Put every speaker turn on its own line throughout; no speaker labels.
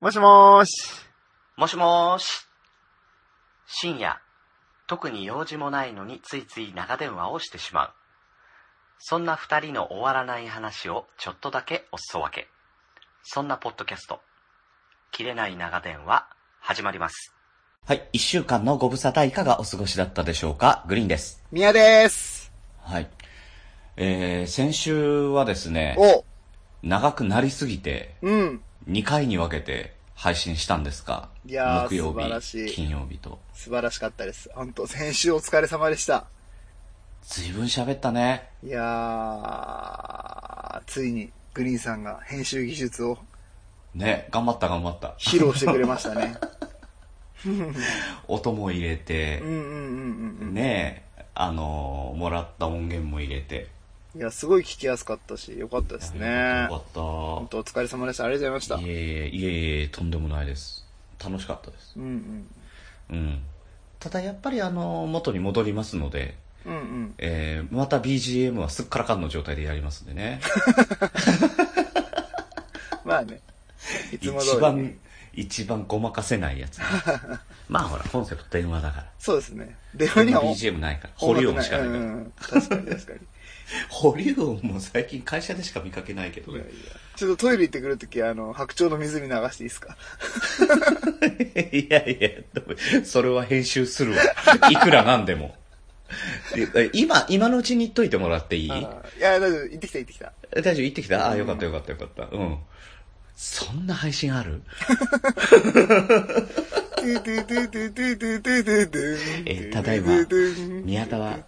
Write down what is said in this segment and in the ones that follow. もしもーし。
もしもーし。深夜、特に用事もないのについつい長電話をしてしまう。そんな二人の終わらない話をちょっとだけおすそ分け。そんなポッドキャスト、切れない長電話、始まります。はい、一週間のご無沙汰いかがお過ごしだったでしょうかグリーンです。
みやでーす。
はい。えー、先週はですね、
お、
長くなりすぎて、
うん。
2回に分けて配信したんですが、
いやー
木曜
素晴らし
日、
い
金曜日と。
素晴らしかったです。ほんと、先週お疲れ様でした。
随分喋ったね。
いやー、ついに、グリーンさんが編集技術を
ね、頑張った頑張った。
披露してくれまし たね。
音も入れて
うん、うんうんうん
ねえ、あのーもらった音源も入れて。
うん。いや、すごい聞きやすかったし、よかったですね。
よ
ほ
か
ん
っ
と、お疲れ様でした。ありがとうござ
た。
いま
い
し
えいえ、いえいえ、とんでもないです。楽しかったです。
た。うん
うん。ただやっぱりあのー元に戻りますので、
うん。うんうん。
えーまた BGM はすっからかんの状態でやりますんでね。
まあね。いつも通
一
りね。
番、一番ごまかせないやつ。まあほら、コンセプト電話だから。
そうですね。電話には音
BGM ないから。保留音しかない
うん
か
う
ら。
ん確かに確かに。
保留音も最近会社でしか見かけないけど
いや
ね
い。やちょっとトイレ行ってくるとき、あの、白鳥の湖流していいですか
いやいや、でもそれは編集するわ。いくらなんでも。え今、今のうちに言っといてもらっていい
あーいや、大丈夫。行ってきた行って きた。
大丈夫、行ってきたああ、よかったよかったよかった。うん。そんな配信ある
トゥトゥトゥトゥトゥトゥトゥトゥトゥ
えーただいま宮田は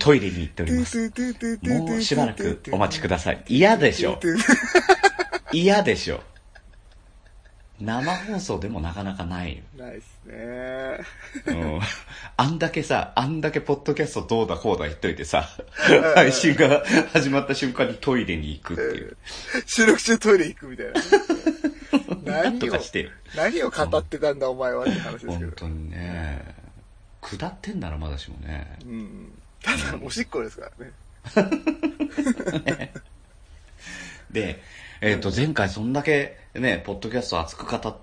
トイレに行っております。
も
もうしばらくお待ちく
だ
ださい。嫌でし
さ
ょ。 嫌でしょ。生放送でもなかなかないよ。
い。ないっすね。
うんあんだけさ、あんだけポッドキャストどうだこうだ言っといてさ、配信が始まった瞬間にトイレに行くっていう。
収録中トイレ行くみたいな。
なん
何
と
を
か、してよ。
何を語ってたんだお前はって話ですけ
本
ど。
当にね。下ってんならまだしもね。
うん。ただ、おしっこですからね。
で、えっ、と、前回そんだけね、ポッドキャスト熱く語っ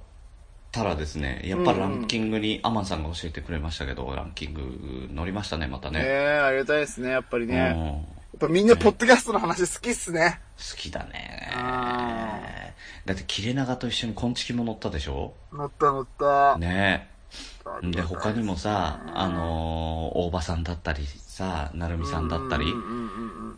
たらですね、やっぱりランキングにアマンさんが教えてくれましたけど、ランキング乗りましたね、また
ね
ね。
え、ありがたいですね、やっぱりね。
う
や
ん
っぱみんなポッドキャストの話好きっすね。
好きだね
あ。
だって、切れ長と一緒に昆虫も乗ったでしょ
乗った乗った。
ねで、他に
も
もさ、あのー大場さんだったりさ、なるみさんだったり、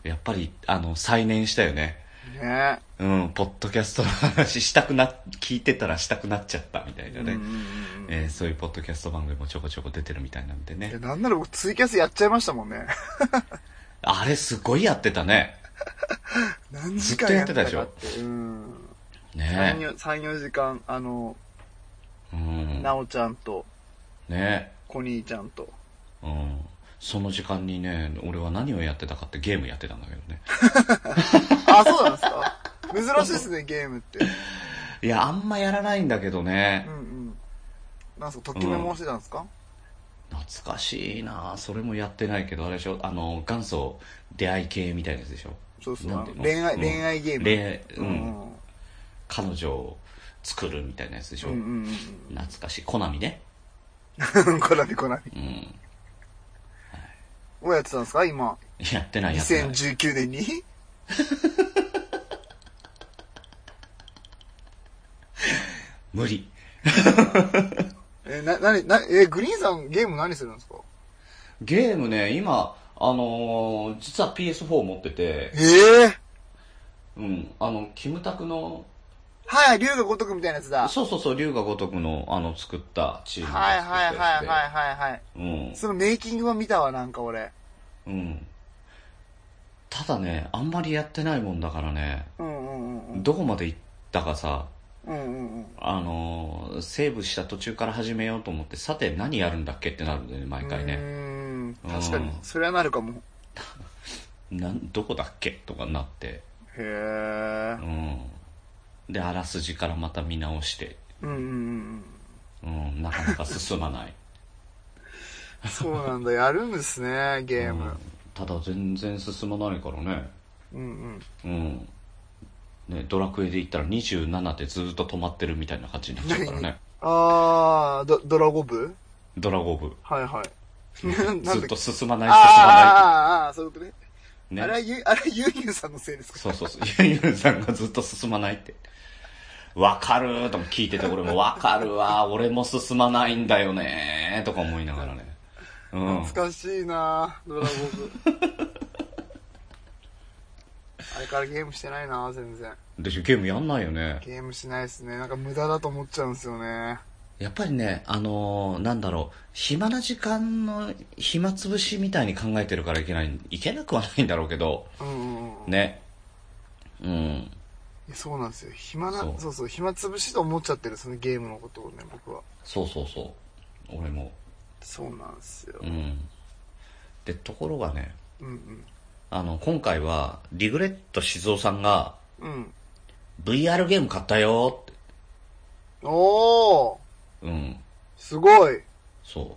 やっぱり、あの、再燃したよね。
ね
うん、ポッドキャストの話したくな、聞いてたらしたくなっちゃったみたいなね。
うんうんうんうん
えーそういうポッドキャスト番組もちょこちょこ出てるみたいなんで
い
ね
や。なんなら僕ツイキャスやっちゃいましたもんね。
あれすごいやってたね。
何時間やったかって
ずっとやって
うん。3、
ね
4 3 4時間、あの、
うん。
なおちゃんと、
ね
コニーちゃんと。
うん。その時間にね、俺は何をやってたかってゲームやってたんだけどね。
あ、そうなんです か珍しいですね、ゲームって。
いや、あんまやらないんだけどね
うんう。ん。なんすか、ときめもしてたんですか、
懐かしいなそれもやってないけど、あれでしょあの、元祖出会い系みたいなやつでしょ
そうそう
なんていの
恋愛
うん
恋愛ゲーム
恋愛、う。
うんん。
彼女を作るみたいなやつでしょ
うんうん
懐かしい。コナミね。
うん。 コナミコナミ。
うん。
をやってたんですか今。
やってない、やってない。
2019年に
無理。
え、な、なに、な、え、グリーンさんゲーム何するんですか
ゲームね、今、あのー実は PS4 持ってて
え、え
うん、あの、キムタクの、
はい、竜が如くみたいなやつだ。
そうそうそう、龍が如くの、あの、作ったチーム
はいはいはいはい
い。
はいはい。
うん、
そのメイキングは見たわ、なんか俺。
うん。ただね、あんまりやってないもんだからね、
うんうんうんうん。
どこまで行ったかさ、
うんうんうん。
あのーセーブした途中から始めようと思って、さて何やるんだっけってなるんだよね、毎回ね。
ね。確か
う、
に
ん
それはなるかも。
なん、どこだっけとかなって、
へえ
う。ん。で、あらすじからまた見直して、
うんうんうん
うん、なかなか進まない。
うん。そうなんだ、やるんですね、ゲ ー
う
ム
ん。ただ全然進まないからね。
うん
う
うん。
ん。ね、ドラクエで言ったら27でずっと止まってるみたいな感じになっちゃう からね。
あー、ドドラゴブ
ドラゴブ。
はいはい。 ななんだ
ず
っ
っ
け
と進まない、進ま
あーあー、あーそういうことね。あれ
な。
はい
ね。
ゆ、あれはゆうゆうさんのせいですか
そうそうそう。 ゆうゆうさんがずっと進まないって。わかるーとも聞いてて、俺もわかるわー、俺も進まないんだよねーとか思いながらね。うん。
懐かしいなぁドラゴ ンズあれからゲームしてないなぁ全然。
でしょ、ゲームやんないよね。
ゲームしないですね。なんか無駄だと思っちゃうんですよね。
やっぱりね、あのーなんだろう、暇な時間の暇つぶしみたいに考えてるからいけない、いけなくはないんだろうけど、
うんうんうん。い
ね。うん。
やそうなんですよ。暇な、
そ
そううそう暇つぶしと思っちゃってる、そのゲームのことをね、僕は。
そうそうそう。俺も。
そうなんですよ
う。ん。で、ところがね、
うんうん。
あの、今回は、リグレット静雄さんが、
うん。
VR ゲーム買ったよーっ
おー
て。うん。
すごい
そ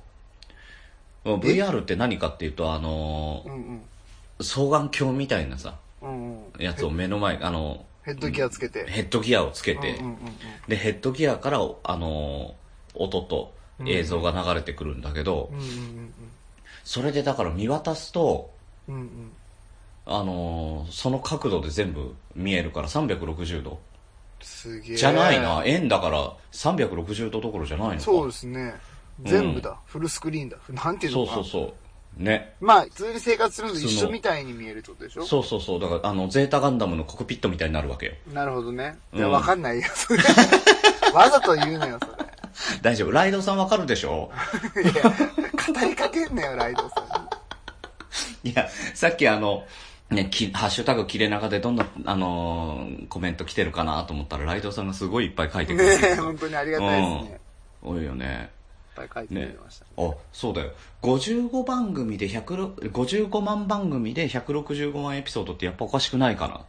う。VR って何かっていうと、あの
うんうん。
ー双眼鏡みたいなさ、
うんうん。
やつを目の前、あの
ヘッドギアつけて。
ヘッドギアをつけて、
うんうんうんうん。
で、ヘッドギアから、あのー音と映像が流れてくるんだけど、
うんうん
それでだから見渡すと、
うんうん。うんうん。
あのーその角度で全部見えるから360度。
すげえ。
じゃないな、円だから360度どころじゃないのか。
そうですね。全部だ。フルスクリーンだ。なんていう
そ
の
う
か
そ
な。
うそう。ね。
まあ、普通に生活するのと一
そ
緒
の
みたいに見えるってことでしょ
そうそうそう。だから、あの、ゼータガンダムのコクピットみたいになるわけよ。
なるほどね。い
うん
や、わかんないよ、それ。わざと言うなよ、そ
大丈夫。ライドさんわかるでしょ
れ。いや、語りかけんなよ、ライドさ
いや、さっきあの、ね、きハッシュタグ切れ長でどんな、あのーコメント来てるかなと思ったら、ライドさんがすごいいっぱい書いて
ん。
くれ
ね
て
え、本当にありがたいですね。いっ
うん。多いよね。
ぱい書いてくれました。
あ、そうだよ。55番組で100、55万番組で165万エピソードってやっぱおかしくないかな。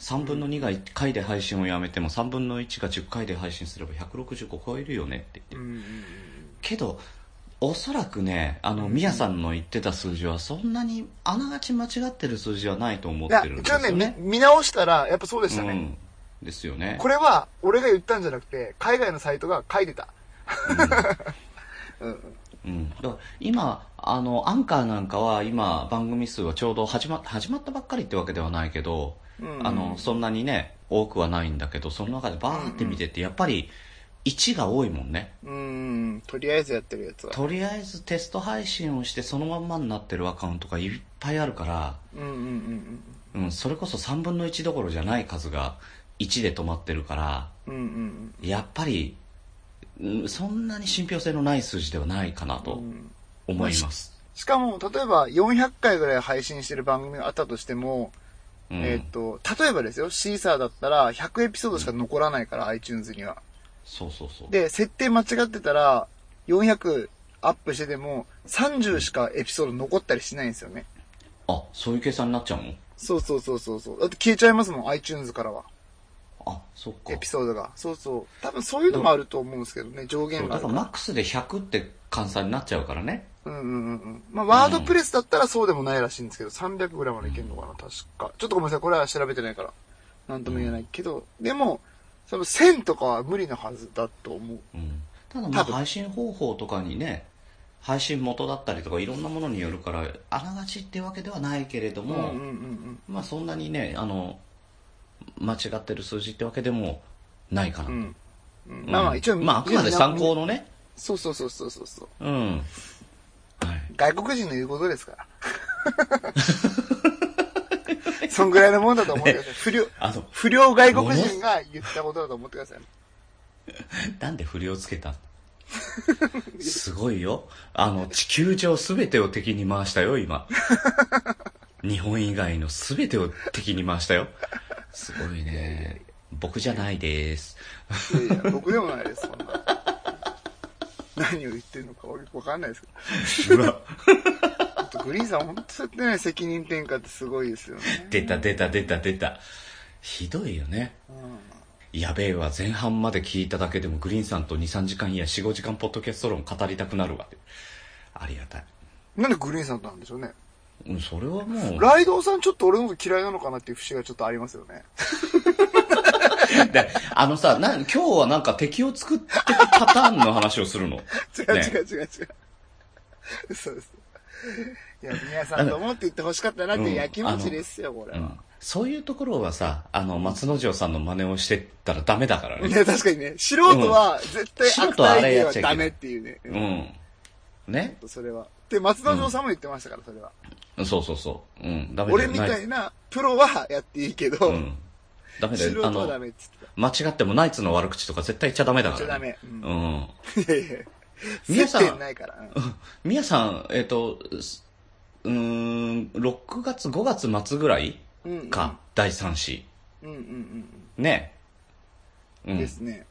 3分の2が1回で配信をやめても3分の1が10回で配信すれば165超えるよねって
う
言って。
んうんうん。
けど、おそらくね、あの、みやさんの言ってた数字はそんなにあながち間違ってる数字はないと思っ
いや、
てるんです
一応
よ
ね、
ね。
み見直したら、やっぱそうでした
う
ね。
ん。ですよね。
これは、俺が言ったんじゃなくて、海外のサイトが書いてた。
うん、だから今あのアンカーなんかは今番組数はちょうど始ま始まったばっかりってわけではないけど、
うん
あのそんなにね多くはないんだけどその中でバーって見てってやっぱり1が多いもんね
うんうん。とりあえずやってるやつは。
とりあえずテスト配信をしてそのまんまになってるアカウントがいっぱいあるから、
うんうんうんうん。
うん、それこそ3分の1どころじゃない数が1で止まってるから
うんうんうん。
やっぱり、うん、そんなに信憑性のない数字ではないかなと
ん
思います、
しかも、例えば400回ぐらい配信してる番組があったとしても、
うん
えーっと、例えばですよ、シーサーだったら100エピソードしか残らないから、iTunes には。
そうそうそう
で、設定間違ってたら、400アップしてても、30しかエピソード残ったりしないんですよね。
あ、そういう計算になっちゃうの
そうそうそうそうそう。だって消えちゃいますもん、iTunes からは。
あ、そっか
エ。ピソードが。そうそう。多分そういうのもあると思うんですけどね、上
そ
限
うだ
があ
か
るからら。
マックスで100って換算になっちゃうからね。
うんうんうんうん。まあ、ワードプレスだったらそうでもないらしいんですけど、300ぐらいまでいけるのかな、確か。ちょっとごめんなさい、これは調べてないから。なんとも言えないけど、でも、多分1000とかは無理なはずだと思う。
うん。ただまあ
多分
配信方法とかにね、配信元だったりとかいろんなものによるから、あながちってわけではないけれど
うん
も、
うんうんうん。
まあそんなにね、あの、間違ってる数字ってわけでもないかな。
うん。うん
うん
まあまあ一応、
まああくまで参考のね。
そうそうそうそうそうそう。
うん。はい。
外国人の言うことで すから。そんぐらいのもんだと思ってください。不良、
あの、
不良外国人が言ったことだと思ってください。
なんで振りをつけたすごいよ。あの、地球上すべてを敵に回したよ、今。日本以外のすべてを敵に回したよ。すごいね。僕じゃないです。
いやいや、僕でもないです、そんな。何を言ってるのかわわかんないですけど。
うわ
あとグリーンさん、本当そうやってね、責任転嫁ってすごいですよね。
出た出た出た出た。ひどいよね。
うん
やべえわ、前半まで聞いただけでもグリーンさんと2、3時間いや4、5時間ポッドキャスト論語りたくなるわ。ありがたい。
なんでグリーンさんとなんでしょうね。
うん、それはもう。
ライドウさんちょっと俺のこと嫌いなのかなっていう節がちょっとありますよね。
であのさ、な、今日はなんか敵を作ってくパターンの話をするの。
違
ね
う違う違う違う。そうです。いや、皆さんと思って言ってほしかったなっていう焼きもちですよ、これ
う
は。
んそういうところはさ、あの、松之丞さんの真似をしてったらダメだから
い
ね。
や、確かにね、素人は絶対
素
悪
人はあ
態
れ
で
やっ
は
ちゃいけない
ダメっていうね。
うん。ね
うんそれは。で、松田城さんも言ってましたから、それは。
そうそうそう。うん、ダメだ
俺
よ。
みた
ない
なプロはやっていいけど
う、ん。ダメだ
素
よ。あ
人はダ
の、
メって言って
間違ってもナイツの悪口とか絶対言っちゃダメだか
た。じゃ
ら
ダ
ね。
メ。うん
うん。
いやいや。
皆
接
さん
点ないから。うん
宮さん、えっ、と、すうーん、6月、5月末ぐらい
うんうん
か、第3子。
うんうん
ね。う
うん。で
ん。
すね。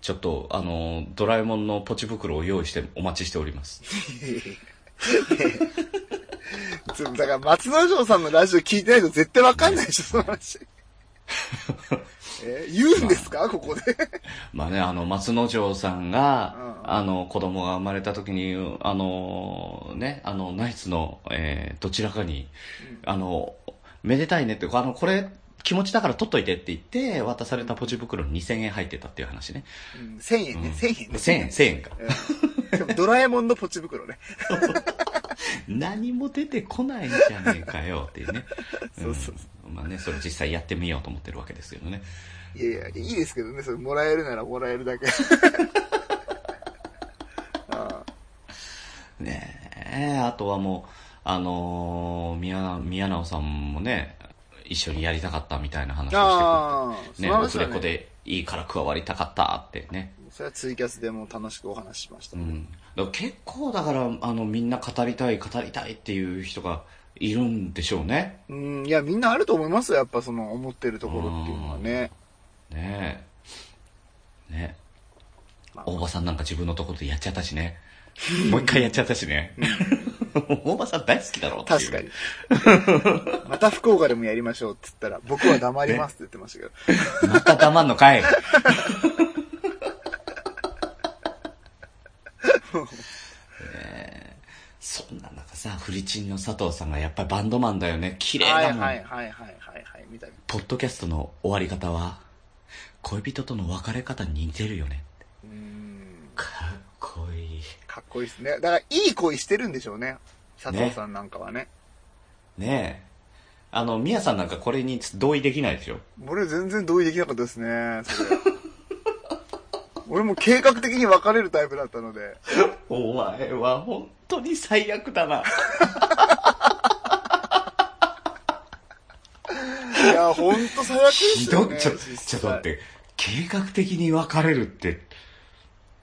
ちょっと、あの、ドラえもんのポチ袋を用意してお待ちしております。
ちょだから、松之丞さんのラジオ聞いてないと絶対わかんないでしょ、その話。え言うんですかここで。
まあね、あの、松之丞さんが、
うん
あの、子供が生まれた時に、あの、ね、あの、ナイツの、えーどちらかに、あの、めでたいねって、あの、これ、気持ちだから取っといてって言って、渡されたポチ袋に2000円入ってたっていう話ね。
うん、1000円ね、1000円ね。
1000円、1000円か。
うん。しかもドラえもんのポチ袋ね。
何も出てこないんじゃねえかよっていうね。
そうそう
うんまあね、それ実際やってみようと思ってるわけですけどね。
いやいや、いいですけどね、それもらえるならもらえるだけ。あ
ねえ、あとはもう、あのー宮、宮直さんもね、一緒にやりたかったみたいな話を
あ
してくれて、
ー、そ
ね、
の
オ
話
フ
は
レコでいいから加わりたかったってね。
それはツイキャスでも楽しくお話ししました
う
ね、
ん。だから結構だから、あの、みんな語りたい、語りたいっていう人がいるんでしょうね。
うん、いや、みんなあると思いますよ、やっぱその思ってるところっていうのはね。
ねえ。ね
まあ
大場さんなんか自分のところでやっちゃったしね。もう一回やっちゃったしね。 大場さん大好きだろっていう
確かに。。 また福岡でもやりましょうって言ったら、僕は黙りますって言ってましたけど。
また黙んのかい。そんな中さ、フリチンの佐藤さんがやっぱりバンドマンだよね。綺麗
はい
だ
はい
もん。
はいはいはいはい、みたいな。
ポッドキャストの終わり方は、恋人との別れ方に似てるよね。
うん、
かっこいい。
かっこいいですね。だから、いい恋してるんでしょうね。佐藤さんなんかはね。
ねえ。あの、ミヤさんなんかこれに同意できないでしょ。
俺全然同意できなかったです ね、それ。俺も計画的に別れるタイプだったので。
お前は本当に最悪だな。
いや、ほんと最悪で
ひ
す
ど
よ、
っ
ね。
ちょ、
実際
ちょっと待っ。て。計画的に別れるって、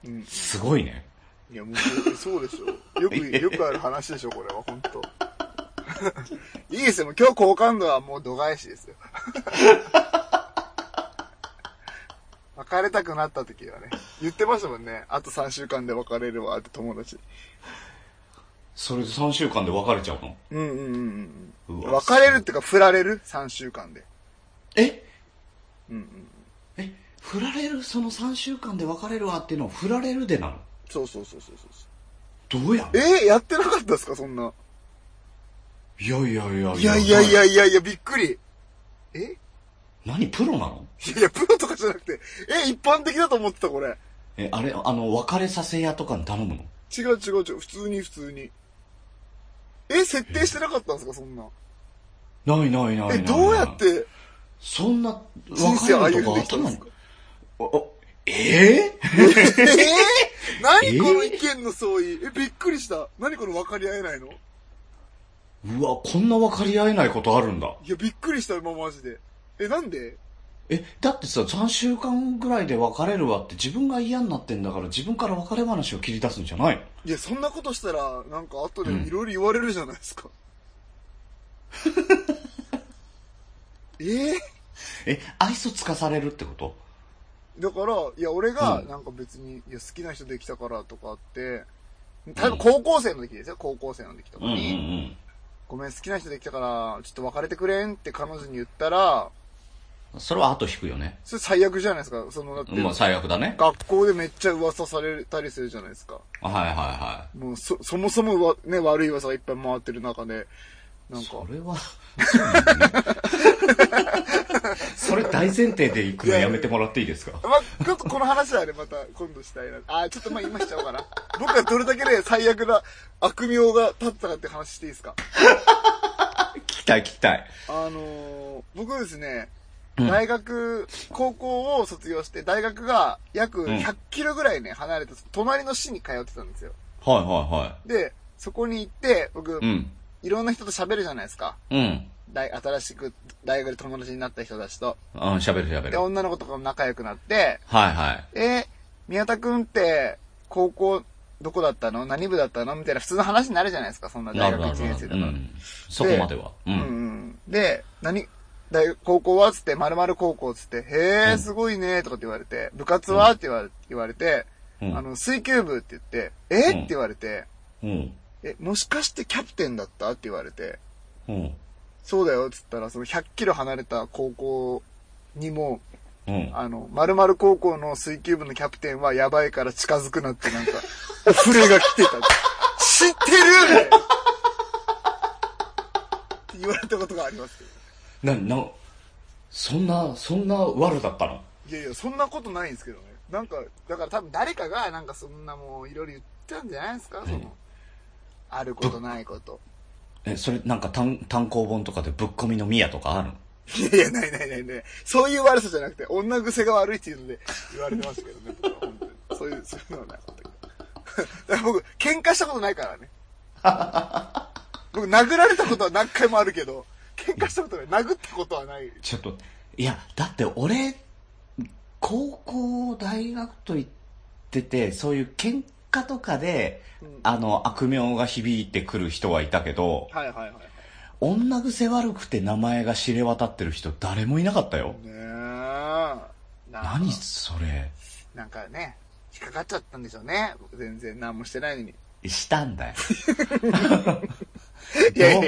うん
すごいね。
いや、もうそう、そうでしょ。よく、よくある話でしょ、これは、本当いいですよ、もう今日好感度はもう度外視ですよ。 別れたくなった時はね、言ってましたもんね。あと3週間で別れるわ、って友達。
それで3週間で別れちゃうの
うんうんうんうん。
うわ
別れるっていうか、振られる ?3 週間で。
え
うんうん。
え振られるその3週間で別れるわっていうのを振られるでなの
そうそうそうそうそうそ
どうや
う。えーやってなかったですか、そんな。
いやいやいや
いやいやいやいやいや、びっくり。え
何プロなの
いやいや、プロとかじゃなくて、え、一般的だと思ってた、これ。
え、あれ、あの、別れさせ屋とかに頼むの
違う違う違う、普通に普通に。え、設定してなかったんですか、そんな。
ないないないないな
え、
い。
どうやって
そんな、
人生
別れる
歩
と
ん
か
できたん
頭
です
に
か。
おおえ
えー、何
え
この意見の相違。え、びっくりした。何この分かり合えないのい
ー、うわ、こんな分かり合えないことあるんだ。
や、びっくりした、今マジで。え、なんで
え、だってさ、3週間ぐらいで別れるわって自分が嫌になってんだから自分から別れ話を切り出すんじゃないの
いや、そんなことしたら、なんか後でいろいろ言われるじゃな いですか。えー
え、愛想つかされるってこと
だから、いや、俺が、
うん
なんか別に、いや、好きな人できたからとかって、多分高校生の時ですよ、高校生の時とか
うんうんう
に、
ん。
ごめん、好きな人できたから、ちょっと別れてくれんって彼女に言ったら、
それは後引くよね。
それ最悪じゃないですか、その、だって、
まあ最悪だね。
学校でめっちゃ噂されたりするじゃないですか。
はいはいは。
もう、そ、そもそもわ、ね、悪い噂がいっぱい回ってる中で、ないんか
そ、れは、 それ大前提で行くのやめてもらっていいですか
まあ、ちょっとこの話はね、また今度したいな。あー、ちょっとまあ今しちゃおうかな。僕がどれだけね、最悪な悪名が立ったかって話していいですか
聞きたい聞きたい。
あのー僕ですね、
うん
大学、高校を卒業して、大学が約
うん
100キロぐらいね、離れた、隣の市に通ってたんですよ。
はいは
で、そこに行って、僕
いはい。う、ん。
いろんな人と喋るじゃないですか。
うん。
大新しく大学で友達になった人たちと。
うん、喋る喋
で、
る。はい
女の子とかも仲良くなって、
はい。
え、宮田くんって、高校、どこだったの何部だったのみたいな普通の話になるじゃないですか、そんな
な
大
る
学
ほど
1年生だか
な
ら。
るほどうんそこまでは。う
うん
ん。
うんで、何、大学、高校はつって、〇〇高校つって、へ
う
え、
ん
すごいねとかって言われて、部活はって言われ言われて、
うん
あの、水球部って言って、え
うん
って言われて、
うん。
え、もしかしてキャプテンだったって言われて、
うん。
そうだよっつったら、その100キロ離れた高校にも、
うん。
あの、〇〇高校の水球部のキャプテンはやばいから近づくなっ てなんか、お触れが来てた。知ってるみたいなって言われたことがありますけど。
な、な、そんな、そんな悪だったの
いやいや、そんなことないんですけどね。なんか、だから多分誰かがなんかそんなもういろいろ言ったんじゃないですかその、あることないこと。
え、それなんか単、単行本とかでぶっ込みのミヤとかあるの
いやいや、ないないないない。そういう悪さじゃなくて、女癖が悪いっていうので言われてますけどね、僕は本当に。そういう、そういうのはなかったけど。だから僕、喧嘩したことないからね。僕、殴られたことは何回もあるけど、喧嘩したことない。殴ったことはない。
ちょっと、いや、だって俺、高校、大学と行ってて、そういう喧嘩とかで、
うん
あの、悪名が響いてくる人はいたけど、
はいはいはいはい。
女癖悪くて名前が知れ渡ってる人誰もいなかったよ。
ねえ。なあ
何それ。
なんかね、引っかかっちゃったんでしょうね。僕全然何もしてないのに。
したんだよ。
いやいや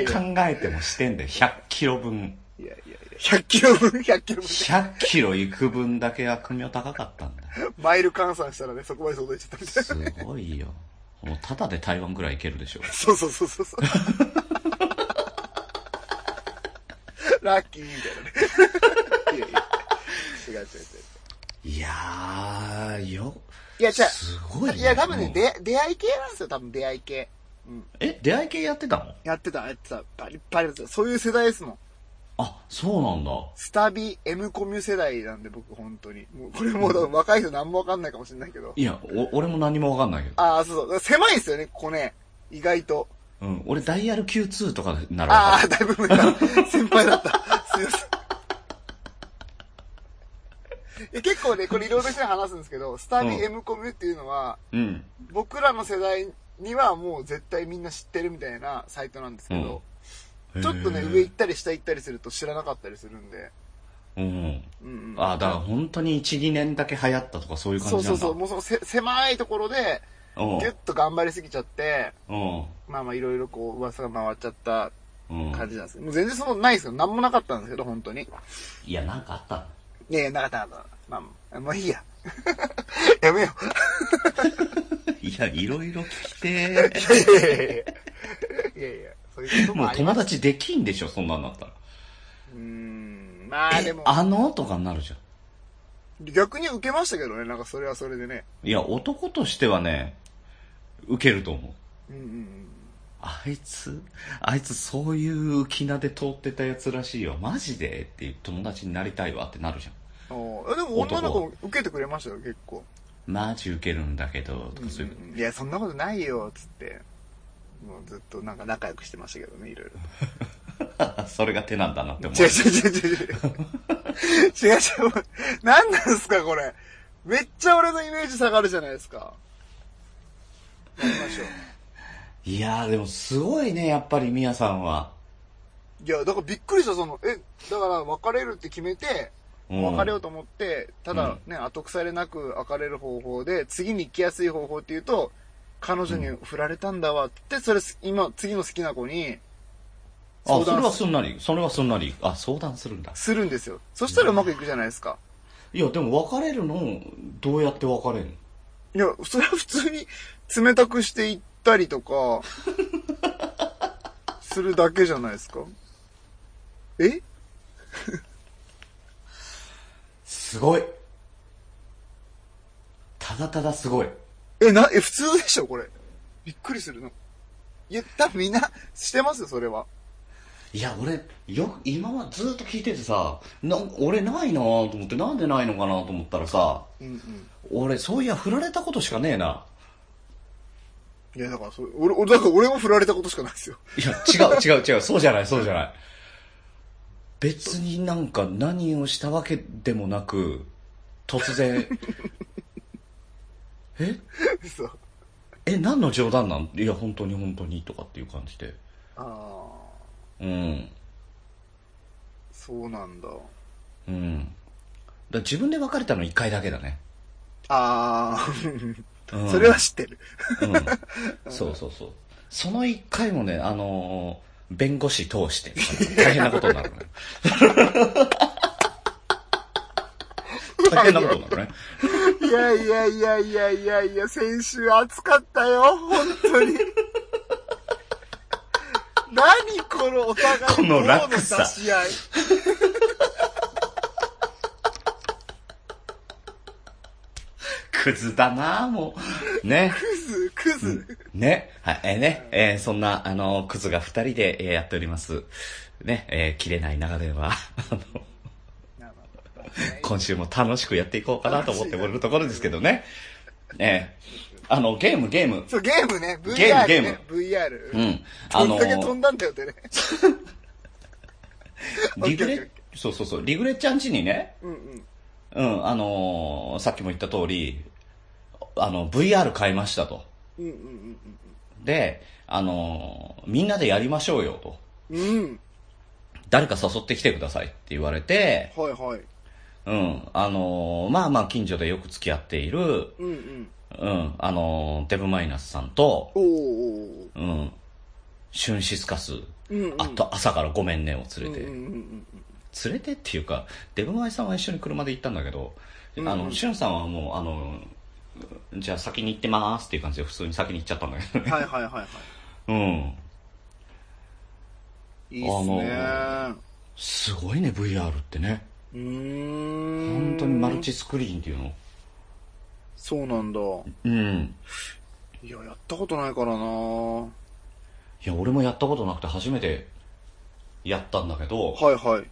い
どう
や
考えてもしてんだよ。100キロ分。
いやいやいや。100キロ分、100キロ分。
100キロ行く分だけ悪名高かったんだよ。
マイル換算したらね、そこまで届いちゃったみたいな。
すごいよ。もうただで台湾ぐらい行けるでしょ。
そうそうそうそうそう。 ラッキーみたいなね。いやいや。違う違う違う。
いやー、よ、
いや、じゃ
すごい、
あ、
ね。
いや、多分ね、
もう、
出、出会い系なんですよ、多分出会い系。うん。
え、出会い系やってたの
やってた、やってた。バリッバリだった。そういう世代ですもん。
あ、そうなんだ。
スタビ、エムコミュ世代なんで、僕、本当に。もう、これもう多分若い人何もわかんないかもしれないけど。
いや、お俺も何もわかんないけど。
ああ、そうそう。狭いですよね、ここね。意外と。
うん、俺ダイヤル Q2 とかならわかる
ああ、だいぶ無 理だ。先輩だった。すいません。いや結構ね、これいろんな人に話すんですけど、スタビ
うん
M コミュっていうのは、
うん。
僕らの世代にはもう絶対みんな知ってるみたいなサイトなんですけど、ちょっとね、
へー
上行ったり下行ったりすると知らなかったりするんで、
うん。
うんうん。
ああ、だから本当に1、2年だけ流行ったとかそういう感じな
そうん
だ。
そうそう、もうそのせ狭いところで、
うん。
ぎゅっと頑張りすぎちゃって、まあまあいろいろこう噂が回っちゃった
うん。うん
感。じなんですけど、もう全然そのないですよ。なんもなかったんですけど、本当に。
いや、なんかあったの
ねえ、なかったなかった。まあまあ、もういいや。 やめよ
いや、いろいろ聞きて
う。いやいやいやいや。いやいや、そういうこ
ー。
と
も
も
う
ありま
友
す。
達できんでしょ、そんなんだったら。
うーん、まあでも、
あのとかになるじゃん。
逆に受けましたけどね、なんかそれはそれでね。
いや、男としてはね、受けると思う。
うんうんうん。
あいつ、あいつそういう浮き名で通ってたやつらしいよ。マジでっていう友達になりたいわってなるじゃん。
おーでも女の子も受けてくれましたよ、結構。
マジ受けるんだけど、とかそういう。
うんうんいや、そんなことないよ、つって。もうずっとなんか仲良くしてましたけどね、いろいろ。
それが手なんだなって思う
違う。違う違う違う違う。違う違う。何なんすか、これ。めっちゃ俺のイメージ下がるじゃないですか。やりましょう。
いやーでもすごいね、やっぱりみやさんは。
いや、だからびっくりした、その、え、だから別れるって決めて、
うん
別れようと思って、ただね、後腐れなく別れる方法で、次に行きやすい方法っていうと、彼女に振られたんだわって、それ、今、次の好きな子に、
あ、
相
それは
談
すんなり、それはすんなり、あ、相談するんだ。
するんですよ。そしたらうまくいくじゃないですか。
いや、でも別れるの、どうやって別れるの
いや、それは普通に冷たくしていったりと か、するだけじゃないですか。え
すごい。ただただすごい。
え、な、え、普通でしょ、これ。びっくりするの。いや、多分みんな、してますよ、それは。
いや、俺、よく、今はずっと聞いててさ、な、俺ないなぁと思って、なんでないのかなと思ったらさ、
うんうん。
俺、そういや、振られたことしかねえな。
いや、だから、それ、俺、俺、だから俺も振られたことしかないですよ。
いや、違う、違う、 違う、そうじゃない、そうじゃない。別になんか何をしたわけでもなく、突然、 え
そう。
え、何の冗談なんいや、本当に本当に、とかっていう感じで。
ああ、
うん。
そうなんだ。
うん。だから自分で別れたの一回だけだね。
あ
う
あ、
ん
それは知ってる。
うん。 そうそうそう。その一回もね、あのー弁護士通して、大変なことになるね。 大変なことになるね。
いやいやいやいやいやいや、先週暑かったよ、本当 に。何このお互い
この
棒
落差
出し合い。
クズだなあもう。ね。
クズ、クズ。
ね。はい、えーね。えーそんな、あのークズが二人で、えーやっております。ね。えー切れない長電話。あの、
な
今週も楽しくやっていこうかなと思っておるところですけどね。ね。あの、ゲーム、ゲーム。
そう、ゲームね、VR ね。
ゲームゲーム
VR。
うん。あ
あ
の
の
ー
だけ飛んだんだよってね。
リグ
オッケーオッケーオッ
レ、そうそうそう、リグレちゃん家にね、
うんうん。
うん、あのーさっきも言った通り、あの、VR 買いましたと。
うんうん
で、あのーみんなでやりましょうよと。
うんうん。うん。
誰か誘ってきてくださいって言われて、
はいはい。
うん、あのーまあまあ近所でよく付き合っている、
うんうん。
うん、あのーデブマイナスさんと、
おーお
う
ー
ん、シュンシスカス、
おー。うんうん。
あと朝からごめんねを連れて、
うんうんうんうん。
連れてっていうか、デブマイさんは一緒に車で行ったんだけど、
うん
あの、シュンさんはもう、あの、じゃあ先に行ってまーすっていう感じで普通に先に行っちゃったんだ けどね。
はいはいはいは
うん。
い。いいっすね
すごいね、VR ってね。
うーん。
本当にマルチスクリーンっていうの。
そうなんだ。
うん。
いや、やったことないからなはい
や、俺もやったことなくて初めてやったんだけど、やっ
いはい。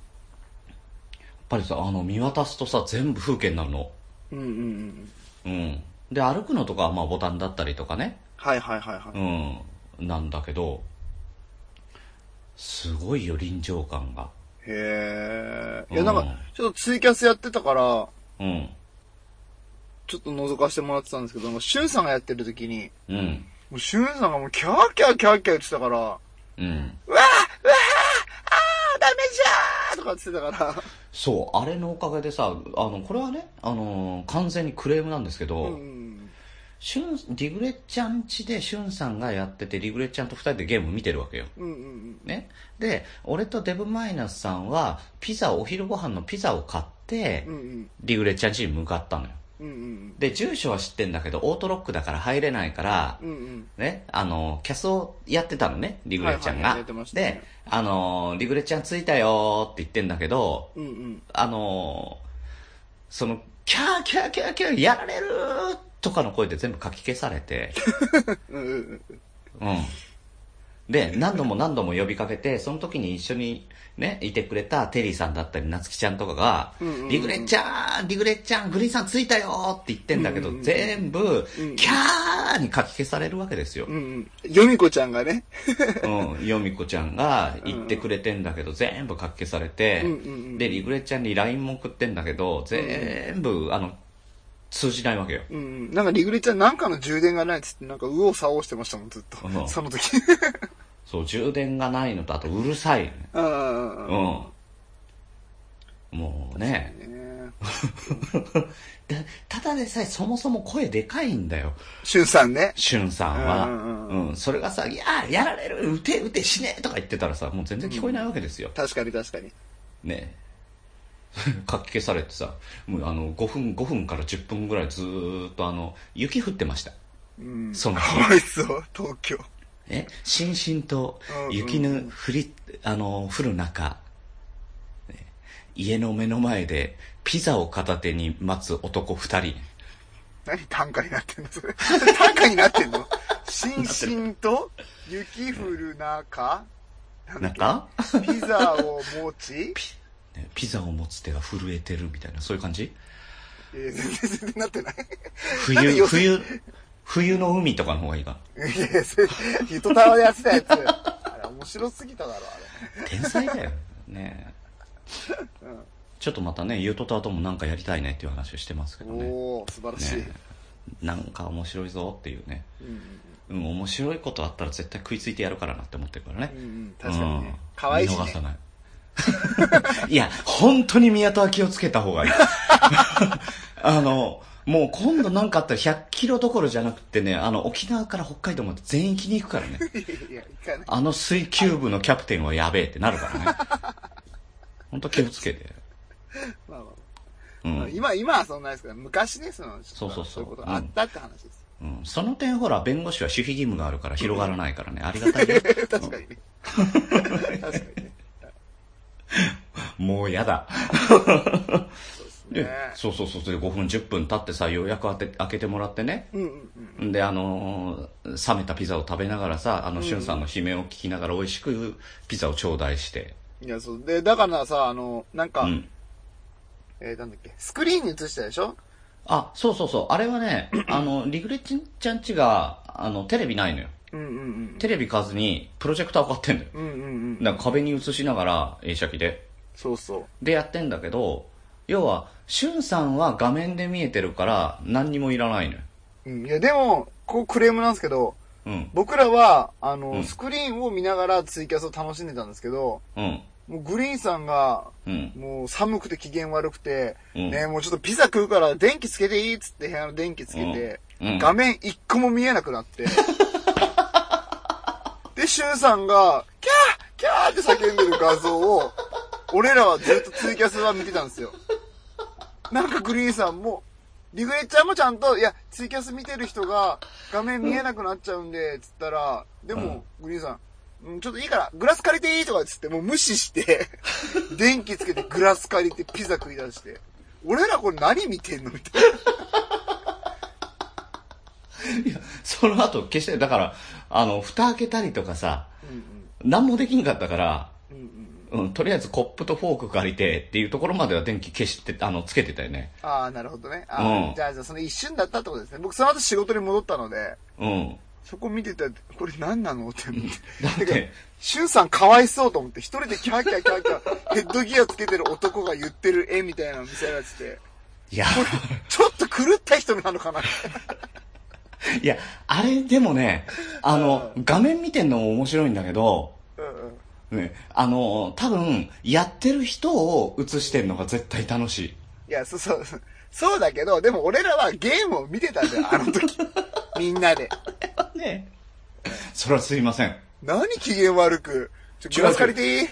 ぱりさ、あの、見渡すとさ、全部風景になるの。
うんうんうん。
うん。で、歩くのとかはまあボタンだったりとかね。
はいはいはいは
うん。なんだけど、すごいよ、臨場感が。
い。へえ。いうや、
ん
なんか、ちょっとツイキャスやってたから、
うん。
ちょっと覗かせてもらってたんですけど、もうシュンさんがやってる時に、
うん。
もうシュンさんがもうキャーキャーキャーキャー言ってたから、うわ
うん。
ーうわーあーダメじゃーとか言ってたから、
そう、あれのおかげでさ、あの、これはね、あのー完全にクレームなんですけ
う
ど、
ん。
しゅん、リグレちゃんちでしゅんさんがやってて、リグレちゃんと二人でゲーム見てるわけよ。
うんうん
ね。で、俺とデブマイナスさんは、ピザ、お昼ご飯のピザを買って
うん。う、んうん。
リグレちゃんちに向かったのよ。
うんうん
で、住所は知ってんだけど、オートロックだから入れないから
うん。う、んうん。
ね、あの、キャスをやってたのね、リグレちゃんが。
はいはいやってましたね
で、あの、リグレちゃん着いたよーって言ってんだけど、
うんうん。
あの、その、キャーキャーキャーキャーやられるーとかの声で全部かき消されて、
うんうんうん。
うん。で、何度も何度も呼びかけて、その時に一緒にね、いてくれたテリーさんだったり、夏希ちゃんとかが、
うんうんうん
リグレちゃん、リグレちゃん、グリーンさん着いたよーって言ってんだけど、全部、キャーにかき消されるわけですよ
う。んうん。ヨミコちゃんがね。
うん、ヨミコちゃんが言ってくれてんだけど、全部かっけされて、
うんうんうん
で、リグレちゃんに LINE も送ってんだけど、全部、あの、通じないわけよ。
うんうん。なんかリグレちゃんなんかの充電がないっつって、なんか右往左往してましたもん、ずっと
うん。
その時。
そう、充電がないのと、あと、うるさい、ね。
あ
う
あ
ん。。もうね。
ね
だただでさえそもそも声でかいんだよ。
シュンさんね。
しゅんさんは。
うん
うん。それがさ、いやー、やられる、撃て、撃て、死ねとか言ってたらさ、もう全然聞こえないわけですよ。
確かに確かに。
ね かき消されてさもうあの5分5分から10分ぐらいずーっとあの雪降ってました
うん。
その
か
日
わいそう、東京。
ねしんしんと
うん
雪の降り、あの降る中、ね家の目の前でピザを片手に待つ男二人。
何短歌になってんのそれ。それ短歌になってんのしんしんと雪降る中、
なんか、
ピザを持ち、
ねピザを持つ手が震えてるみたいな、そういう感じ
えー、全然全然なってない。なんで
冬、
寄せ
冬、冬の海とかの方がいいか。
いやいや、それ、ゆとたわでやってたやつ。あれ面白すぎただろ、あ
天才だよ。ねえ
れ。うん
ちょっとまたね、ゆうとたともなんかやりたいねっていう話をしてますけどね。
おお素晴らしい。
ねなんか面白いぞっていうね。
うん
うん、面白いことあったら絶対食いついてやるからなって思ってるからね。
うんうん、確かに
うん
ね。可愛いし
見逃さ
ね。
ない。 いや、本当に宮田は気をつけた方がいい。 あの、もう今度なんかあったら100キロどころじゃなくてね、あの、沖縄から北海道まで全域に行くからね。
いや いや、行かない。
あの水球部のキャプテンはやべえってなるからね。本当気をつけて。
まあま
う
あまあ
ん。
今、今はそんなですけど、昔ね、その、
そうそうそう
いうことがあったって話です。
うん、その点ほら、弁護士は守秘義務があるから広がらないからね、 ありがたいよ。
確かにね。確かにね。
もうやだ。
そうです
で
ね。
そうそうそう、で5分10分経ってさ、ようやく当て開けてもらってね。
うんうんうん。
で、あのー冷めたピザを食べながらさ、あの、しゅんさんの悲鳴を聞きながら美味しくピザを頂戴して。
いや、そう。で、だからさ、あの、なんか、
うん。
えー、なんだっけ、スクリーンに映したでしょ
あ、そうそうそう。あれはね、あの、リグレッチンちゃんちが、あの、テレビないのよ。
うんうんうん。
テレビ買わずに、プロジェクター買ってんのよ。
うんうんうん。
だから壁に映しながら、映写機で。
そうそう。
で、やってんだけど、要は、しゅんさんは画面で見えてるから、何にもいらないのよ。
うん、いや、でも、こうクレームなんですけど、
うん。
僕らは、あの、
うん
スクリーンを見ながらツイキャスを楽しんでたんですけど、
うん。
もうグリーンさんが、
うん。
もう寒くて機嫌悪くて、
うん
ね、もうちょっとピザ食うから電気つけていいっつって部屋の電気つけて、
うんうん
画面一個も見えなくな って、で、シュンさんが、キャーキャーって叫んでる画像を、俺らはずっとツイキャスは見てたんですよ。なんかグリーンさんも、リグレッチャーもちゃんと、いや、ツイキャス見てる人が画面見えなくなっちゃうんで、つったら、でも、グリーンさん、うん、ちょっといいから、グラス借りていいとかつって、もう無 視して、電気つけてグラス借りてピザ食い出して、俺らこれ何見てんのみたい
いや、その後、決して、だから、あの、蓋開けたりとかさ、
な。うん
何もできんかったから、
うん。うんうん。
うん、とりあえずコップとフォーク借りてっていうところまでは電気消して、あの、つけてたよね。
ああ、なるほどね。あー
うん
じゃあ、じゃあその一瞬だったってことですね。僕その後仕事に戻ったので、
うん。
そこ見てたら、これ何なのって思って。
だって
か、シュンさんかわいそうと思って、一人でキャーキャーキャーキ ャー、ヘッドギアつけてる男が言ってる絵みたいなの見せられてて、
い や、
ちょっと狂った人なの かな
いや、あれでもね、あの、画面見てんのも面白いんだけど、
うんうん。
ね、あの、多分、やってる人を映してんのが絶対楽しい。
いや、そうそう、そうだけど、でも俺らはゲームを見てたんだよ、あの 時。みんなで。
ね。それはすいません。
何機嫌悪く。ちょ、グラス借りていい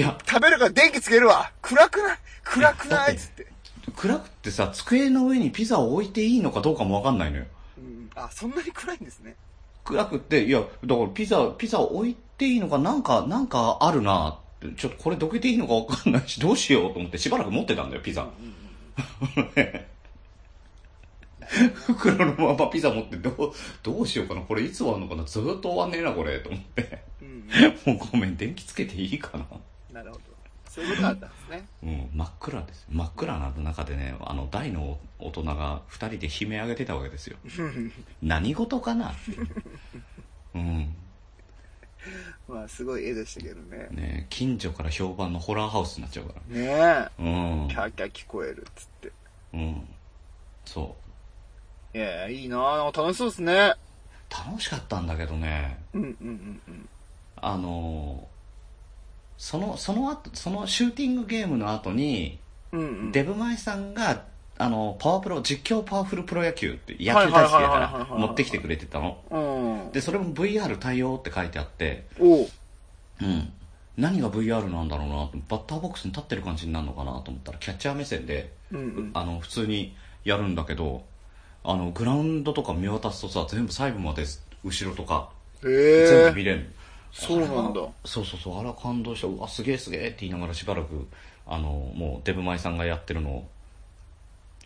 いや、
食べるから電気つけるわ。暗くない暗く
だっ
な
て
いっつって。
暗くってさ、机の上にピザを置いていいのかどうかもわかんないのよ。
うん、あ、そんなに暗いんですね。
暗くって、いや、だからピザ、ピザ置いていいのか、なんか、なんかあるなって、ちょっとこれどけていいのかわかんないし、どうしようと思ってしばらく持ってたんだよ、ピザ。袋のままピザ持って、どう、どうしようかな、これいつ終わるのかな、ずーっと終わんねえな、これ、と思って。
うんうん、
もうごめん、電気つけていいかな。
なるほど。そういうことだったんですね。
うん、真っ暗です。真っ暗な中でね、あの、大の大人が二人で悲鳴上げてたわけですよ。何事かなっていう。うん。
まあ、すごい絵でしたけどね。
ね近所から評判のホラーハウスになっちゃうから。
ねえ。
うん
キ。ャーキャー聞こえるっつって。
うん。そ
いやいや、いいなぁ。楽しそうですね。
う。楽しかったんだけどね、
うんうんうん
あのーその、その後、そのシューティングゲームの後に、
うん。うんうん。
デブマイさんが、あの、パワープロ、実況パワフルプロ野球って、野球大好きだ
はいはいはいはいはい
か
はい
ら、持ってきてくれてたの。
うん。
で、それも VR 対応って書いてあって、
おう。
うん。何が VR なんだろうなと、バッターボックスに立ってる感じになるのかなと思ったら、キャッチャー目線で、
うんうん。
あの、普通にやるんだけど、あの、グラウンドとか見渡すとさ、全部細部まで後ろとか、全
へ
部
え。
見れる。
そうなんだ。
そうそうそう、あら感動した、うわ、すげえすげえって言いながらしばらくあの、もうデブマイさんがやってるのを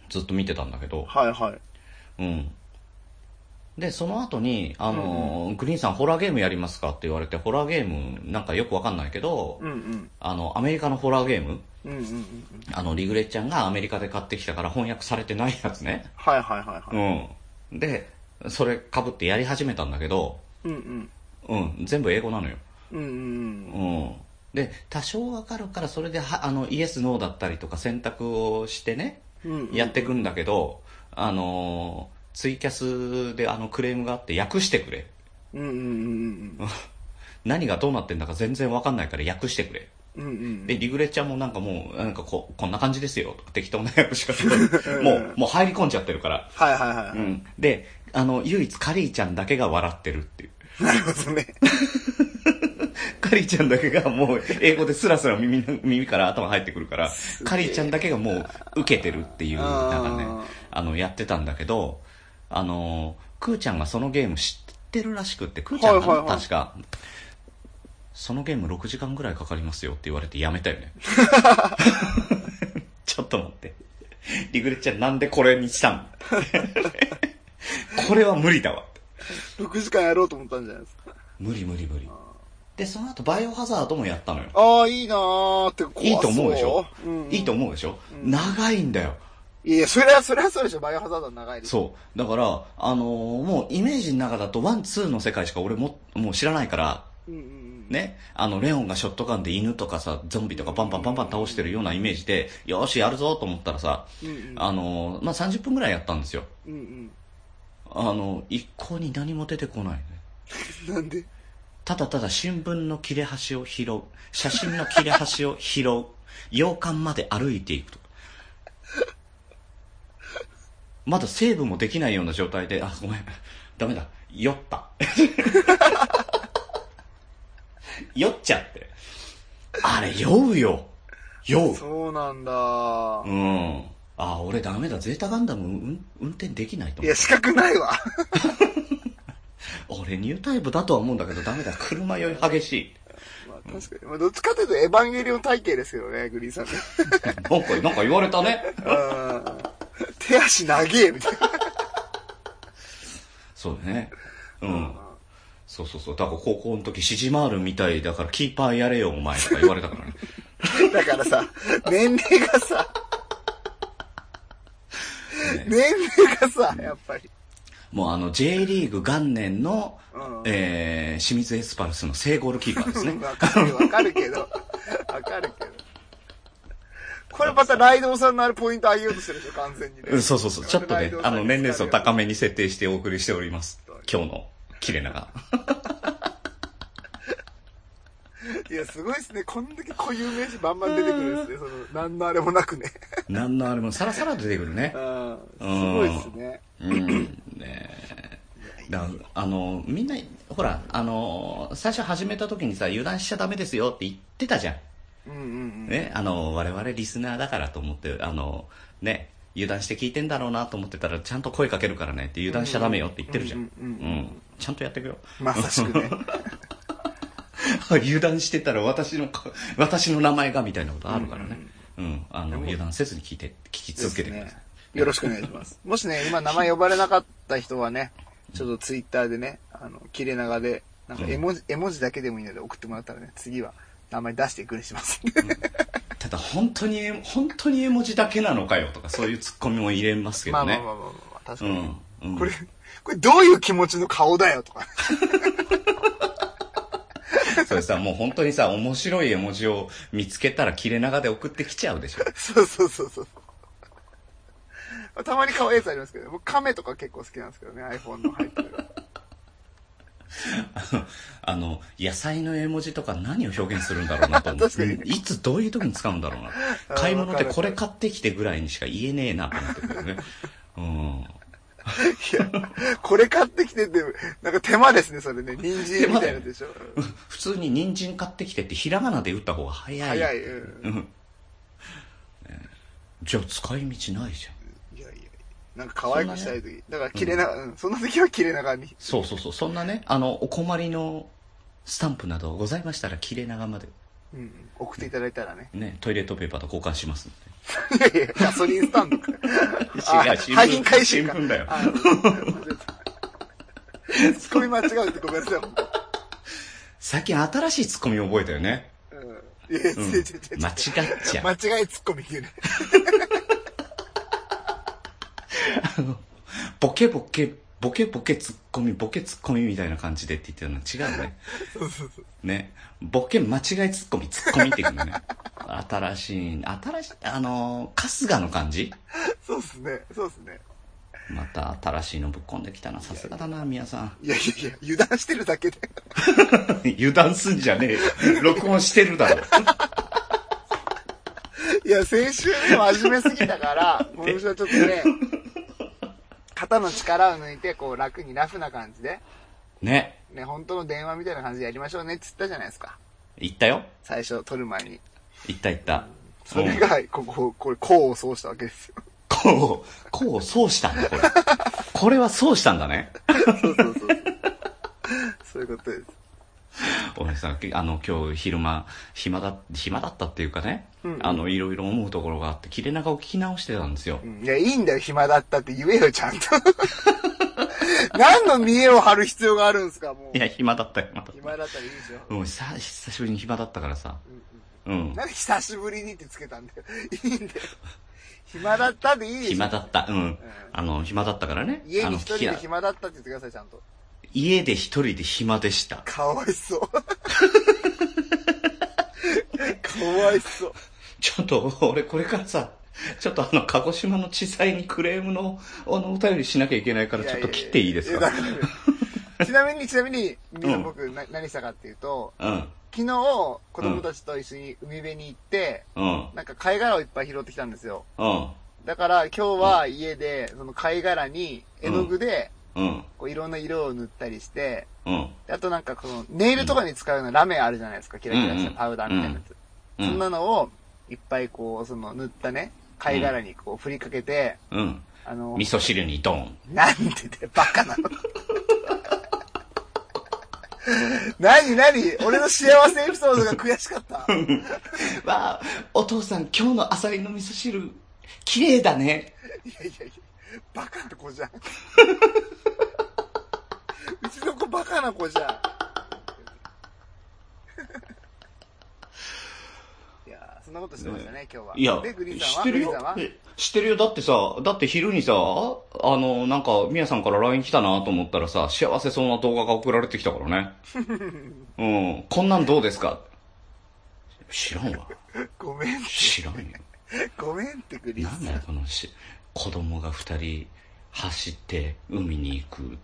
ずっと見てたんだけど、
はいはい。
うん。で、その後に、あの、グリーンさんホラーゲームやりますかって言われて、ホラーゲームなんかよくわかんないけど、
うんうん。
あの、アメリカのホラーゲーム、
うんうんうんうん。
あの、リグレッちゃんがアメリカで買ってきたから翻訳されてないやつね。
はいはいはいはい。
うん。で、それ被ってやり始めたんだけど、
うんうん。
うん、全部英語なのよ。
うんうんうん。
うん。で、多少わかるから、それでは、あの、イエス、ノーだったりとか選択をしてね、
うんうん
やっていくんだけど、あのーツイキャスであのクレームがあって訳してくれ。
うんうんうん
何がどうなってんだか全然わかんないから訳してくれ。
うん。うんうん。
で、リグレちゃんもなんかもう、なんかこう、こんな感じですよ、とか適当な訳 し方もう、もう入り込んじゃってるから。
はいはいは
う
い。
ん。で、あの、唯一カリーちゃんだけが笑ってるっていう。
なるほどね。
カリーちゃんだけがもう英語ですらすら耳の耳から頭入ってくるから、カリーちゃんだけがもう受けてるっていう、
あ
なん
ー
かね、あの、やってたんだけど、あの、クーちゃんがそのゲーム知ってるらしくって、クーちゃんがな、
はいはいはい
確か、そのゲーム6時間ぐらいかかりますよって言われてやめた よね。ちょっと待って。リグレッちゃんなんでこれに したんこれは無理だわって。
6時間やろうと思ったんじゃないですか。
無理無理無理。で、その後バイオハザードもやったのよ。
ああ、いいなーって怖そう
いいと思うでしょ、
うん
いいと思うでしょ、長いんだよ。
いやいや、それは、それはそうでしょ。バイオハザードは長いです。
そう。だから、あのーもうイメージの中だとワン、ツーの世界しか俺も、もう知らないから、
うんうんうん。
ね。あの、レオンがショットガンで犬とかさ、ゾンビとかバンバンバンバン倒してるようなイメージで、よーし、やるぞと思ったらさ、
うんうん。
あのーまあ、30分くらいやったんですよ。
うん
あの、一向に何も出てこないね。
うん。なんで
ただただ新聞の切れ端を拾う、写真の切れ端を拾う、洋館まで歩いていくと。まだセーブもできないような状態で、あ、ごめん、ダメだ、酔った。酔っちゃって。あれ、酔うよ。酔う。
そうなんだ
う。ん。あ、俺ダメだ、ゼータガンダム、うん、運転できないと思
い
う
や、。資格ない わ。
俺ニュータイプだとは思うんだけど、ダメだ、車酔い激しい。
まあ確かに。まあどっちかというとエヴァンゲリオン体型ですけどね、グリーンさんね。
なんか、なんか言われたね。
うん手足長え、みたいな。
そうだね。うん。そうそうそう。だから高校の時、シジマールみたいだから、キーパーやれよ、お前とか言われたから ね。
だか らさ、年齢がさ、年齢がさ、やっぱり。
もうあの、J リーグ元年の、
うん
えー、清水エスパルスの正ゴールキーパーです ね。
わかる、わかるけど。わかるけど。これまたライドウさんのあれポイント上げようとしてるでしょ、完全にね。
うんそうそうそう。ちょっとね、あの、年齢層高
め。
めに設定してお送りしております。今日の、切れ長。
いや、すごいですね。こんだけ固有名詞バンバン出てくるんですね。その、なんのあれもなくね。
なんのあれも、さらさら出てくるね
う。ん。すごいですね。
うんねえだあのみんなほらあの最初始めた時にさ油断しちゃダメですよって言ってたじゃ
うんうんうん
ん、。ね、あの我々リスナーだからと思ってあのね油断して聞いてんだろうなと思ってたらちゃんと声かけるからねって油断しちゃダメよって言ってるじゃん
うん
う
うんうんうん
んちゃんとやってくよ
まさしくね。
油断してたら私のこ私の名前がみたいなことあるからねうん、あの油断せずに聞いて聞き続けてください、
よろしくお願いします。もしね、今名前呼ばれなかった人はね、ちょっとツイッターでね、あの、切れ長で、なんか絵文字、絵文字だけでもいいので送ってもらったらね、次は名前出していくようにします。
ただ本当に絵、本当に絵文字だけなのかよとかそういうツッコミも入れますけ
ま
ど
あま
ね
あ。まあまあまあ、確か
う
に
ん
ね。。
うん
これ、これどういう気持ちの顔だよとか。
それさ、もう本当にさ、面白い絵文字を見つけたら切れ長で送ってきちゃうでしょ。
そうそうそうそう。たまに顔エースありますけど、僕カメとか結構好きなんですけどね、iPhone の入っ てる。
あの、野菜の絵文字とか何を表現するんだろうなと思っ
確かに
て、いつどういう時に使うんだろう な。
あー
買い物って
わかる
これ買ってきてぐらいにしか言えねえなと思ってくるね。 うん。
いや、これ買ってきてって、なんか手間ですね、それね。人参みたいなやつでしょ。
普通に人参買ってきてってひらがなで打った方が早い。
早い。うん
うん。ねじゃあ使い道ないじゃん。
いやいや、なんか可愛くしたい時、だから切れな、うん、そんな時は切れ長に。
そうそうそう。そんなね、あの、お困りのスタンプなどございましたら、切れ長まで。
うん、送っていただいたらね。
ね、トイレットペーパーと交換しますので。
いやいや、ガソリンスタンドか。
違う
あ
新聞
廃品回収か。
新聞だよ
あうんツッコミ間違うってごめんなさい。
最近新しいツッコミ覚えたよね。
うんいや、違う
うん。間違
違う違
っ
う。
ちゃう。
間違いツッコミ言うね。
ボケボケ、ボケボケツッコミ、ボケツッコミみたいな感じでって言ってるの違うね。
そうそうそう。
ね。ボケ間違いツッコミ、ツッコミって言うんだね。新しい、新しい、あのー、春日の感じ
そうっすね。そうっすね。
また新しいのぶっ込んできたな。さすがだな、宮さん。
いやいやいや、油断してるだけで。
油断すんじゃねえよ。録音してるだろ。
いや、先週ね、真面目すぎた から、今週はちょっとね、肩の力を抜いて、こう楽にラフな感じで、
ね。
ね、本当の電話みたいな感じでやりましょうねって言ったじゃないですか。
言ったよ。
最初撮る前に。
言った言った。
それ
うん
が、ここ、これ、功を奏したわけですよ。
こう、こう、そうしたんだ、これ。これはそうしたんだね。
そうそうそう。そういうことです。
俺さ、あの、今日昼間、暇だ、暇だったっていうかね、
うん
あの、いろいろ思うところがあって、切れ長を聞き直してたんですよ
う。んいや、いいんだよ、暇だったって言えよ、ち ゃんと。何の見栄を張る必要があるんすか、もう
い。や、暇だったよ、また。
暇だったらいいでしょ。
もう久、久しぶりに暇だったからさ。
うん
うん
うん。なんで久しぶりにってつけたんだよ。いいんだ よ。暇だったでいいでし
暇
ょ。
だった、うん。あの、暇だったからね。
家
あ
に
の
一人
聞
で
きな
暇だったって言ってください、ちゃんと。
家で一人で暇でした。
かわい そう。かわいそう。
ちょっと、俺これからさ、ちょっとあの、鹿児島の地裁にクレームの、あの、お便りしなきゃいけないから、ちょっと切っていいです
や
か
ややいや だちなみに、ちなみに、みんな僕、な何したかっていうと、
うん。
昨日、子供たちと一緒に海辺に行って、
うん。
なんか貝殻をいっぱい拾ってきたんですよ。
うん。
だから今日は家で、その貝殻に絵の具で、
うん。
こういろんな色を塗ったりして、
うん。
であとなんかこのネイルとかに使うようなラメあるじゃないですか、キラキラしたパウダーみたいなやつ。
うん
そんなのを、いっぱいこう、その塗ったね、貝殻にこう振りかけて、
うん。
あの、
味噌汁にドン。
なんでだよ、バカなの。 何何俺の幸せエピソードが悔しか った。
わあ、お父さん、今日のアサリの味噌汁、綺麗だね。
いやいやいや、バカな子じゃん。 うちの子バカな子じゃ ん。いやーそんなことしてましたね、今日は。
いや、
で、グリーンさん
知
は
ってる
グリーンさ
よ
んは。
え知ってるよ。だってさ、だって昼にさ、あの、なんか、みやさんから LINE 来たなと思ったらさ、幸せそうな動画が送られてきたから ね。うん。こんなんどうですか知らんわ。
ごめん、
知らんよ。
ごめんってグリーン
な
さ
んだよ、このし、子供が二人走って海に行 く。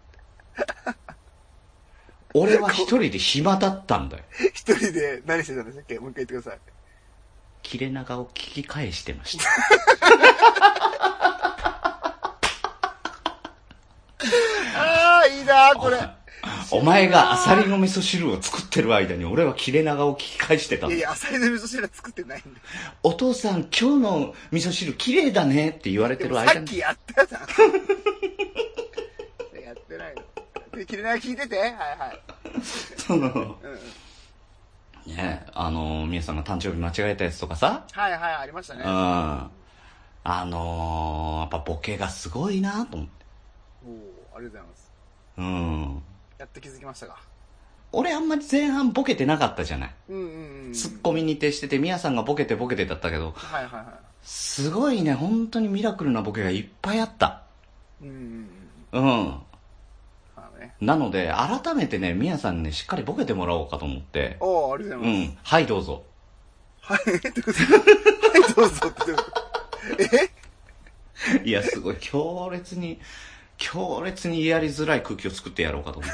俺は一人で暇だったんだよ。
ん。一人で何してたんでしたっけもう一回言ってください。
切れ長を聞き返してました。
あー、いいなー、これ。
お前がアサリの味噌汁を作ってる間に俺は切れ長を聞き返してた
い
の
やいや、アサリの味噌汁は作ってないんだよ
お父さん今日の味噌汁綺麗だねって言われて
で
る
もさ
間
っき
に。
やったじゃん。 やってないの。で、切れ長聞いてて。はいはい。
その
うんうん。
ねあの、皆さんが誕生日間違えたやつとかさ。
はいはい、ありました
うん。
ね。
あのー、やっぱボケがすごいなと思って。
おおありがとうございます。
うん。
やっと気づきましたか。
俺あんまり前半ボケてなかったじゃない。
うんうんうん。
ツッコミに徹してて、みやさんがボケてボケてだったけど、
はいはいはい。
すごいね、本当にミラクルなボケがいっぱいあった。
うんうんうん。
うん。
あのね。
なので、改めてね、みやさんにね、しっかりボケてもらおうかと思って。
おおありがとう
う
ございます。
ん。はい、どうぞ。
はい、どうぞ。はい、どうぞってどうぞ。え
いや、すごい、強烈に、強烈にやりづらい空気を作ってやろうかと思っ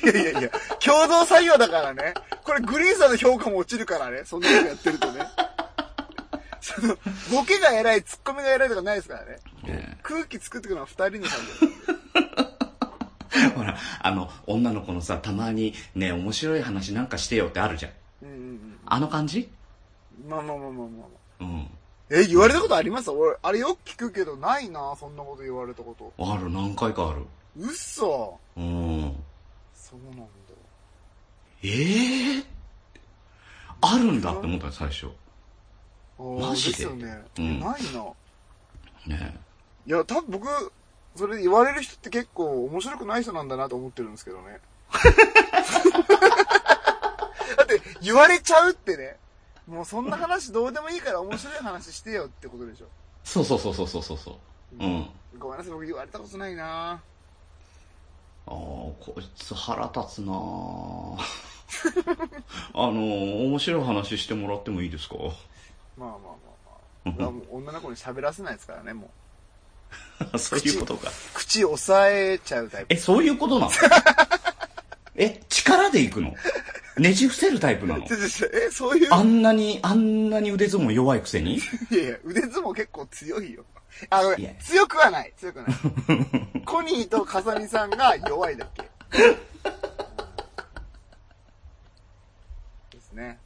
た。
いやいやいや、共同作業だからね。これグリーンさんの評価も落ちるからね。そんなことやってるとね。その、ボケが偉い、ツッコミが偉いとかないですからね。
ね
空気作ってくのは二人の作業。
えほら、あの、女の子のさ、たまに、ね、面白い話なんかしてよってあるじゃん。
うんうんうん。
あの感じ
まあまあまあまあま
う
あ。
ん。
え、言われたことあります俺、あれよく聞くけど、ないな、そんなこと言われたこと。
ある、何回かある。
嘘
うん。
そうなんだ。
ええあるんだって思ったの最初。
ああ
マジで
ですよね。
うん
ないな。
ね
いや、多分僕、それ言われる人って結構面白くない人なんだなと思ってるんですけど ね。だって、言われちゃうってね。もうそんな話どうでもいいから面白い話してよってことでしょ。
そうそうそうそうそうそうそう。うん。
ごめんなさい、僕言われたことないな
ああ、こいつ腹立つなあ あのー、面白い話してもらってもいいですか
まあまあまあまあ。僕はもう女の子に喋らせないですからね、もう。
そういうことか。
口押さえちゃうタイプ。
え、そういうことなの え、力で行くのねじ伏せるタイプなの
ちょちょちょえ、 そういう、
あんなに、あんなに腕相撲弱いくせに
いやいや、腕相撲結構強いよ。あ、ご
い
め
や
ん、強くはない、強くはない。 コニーとカサミさんが弱いだけ。ですね。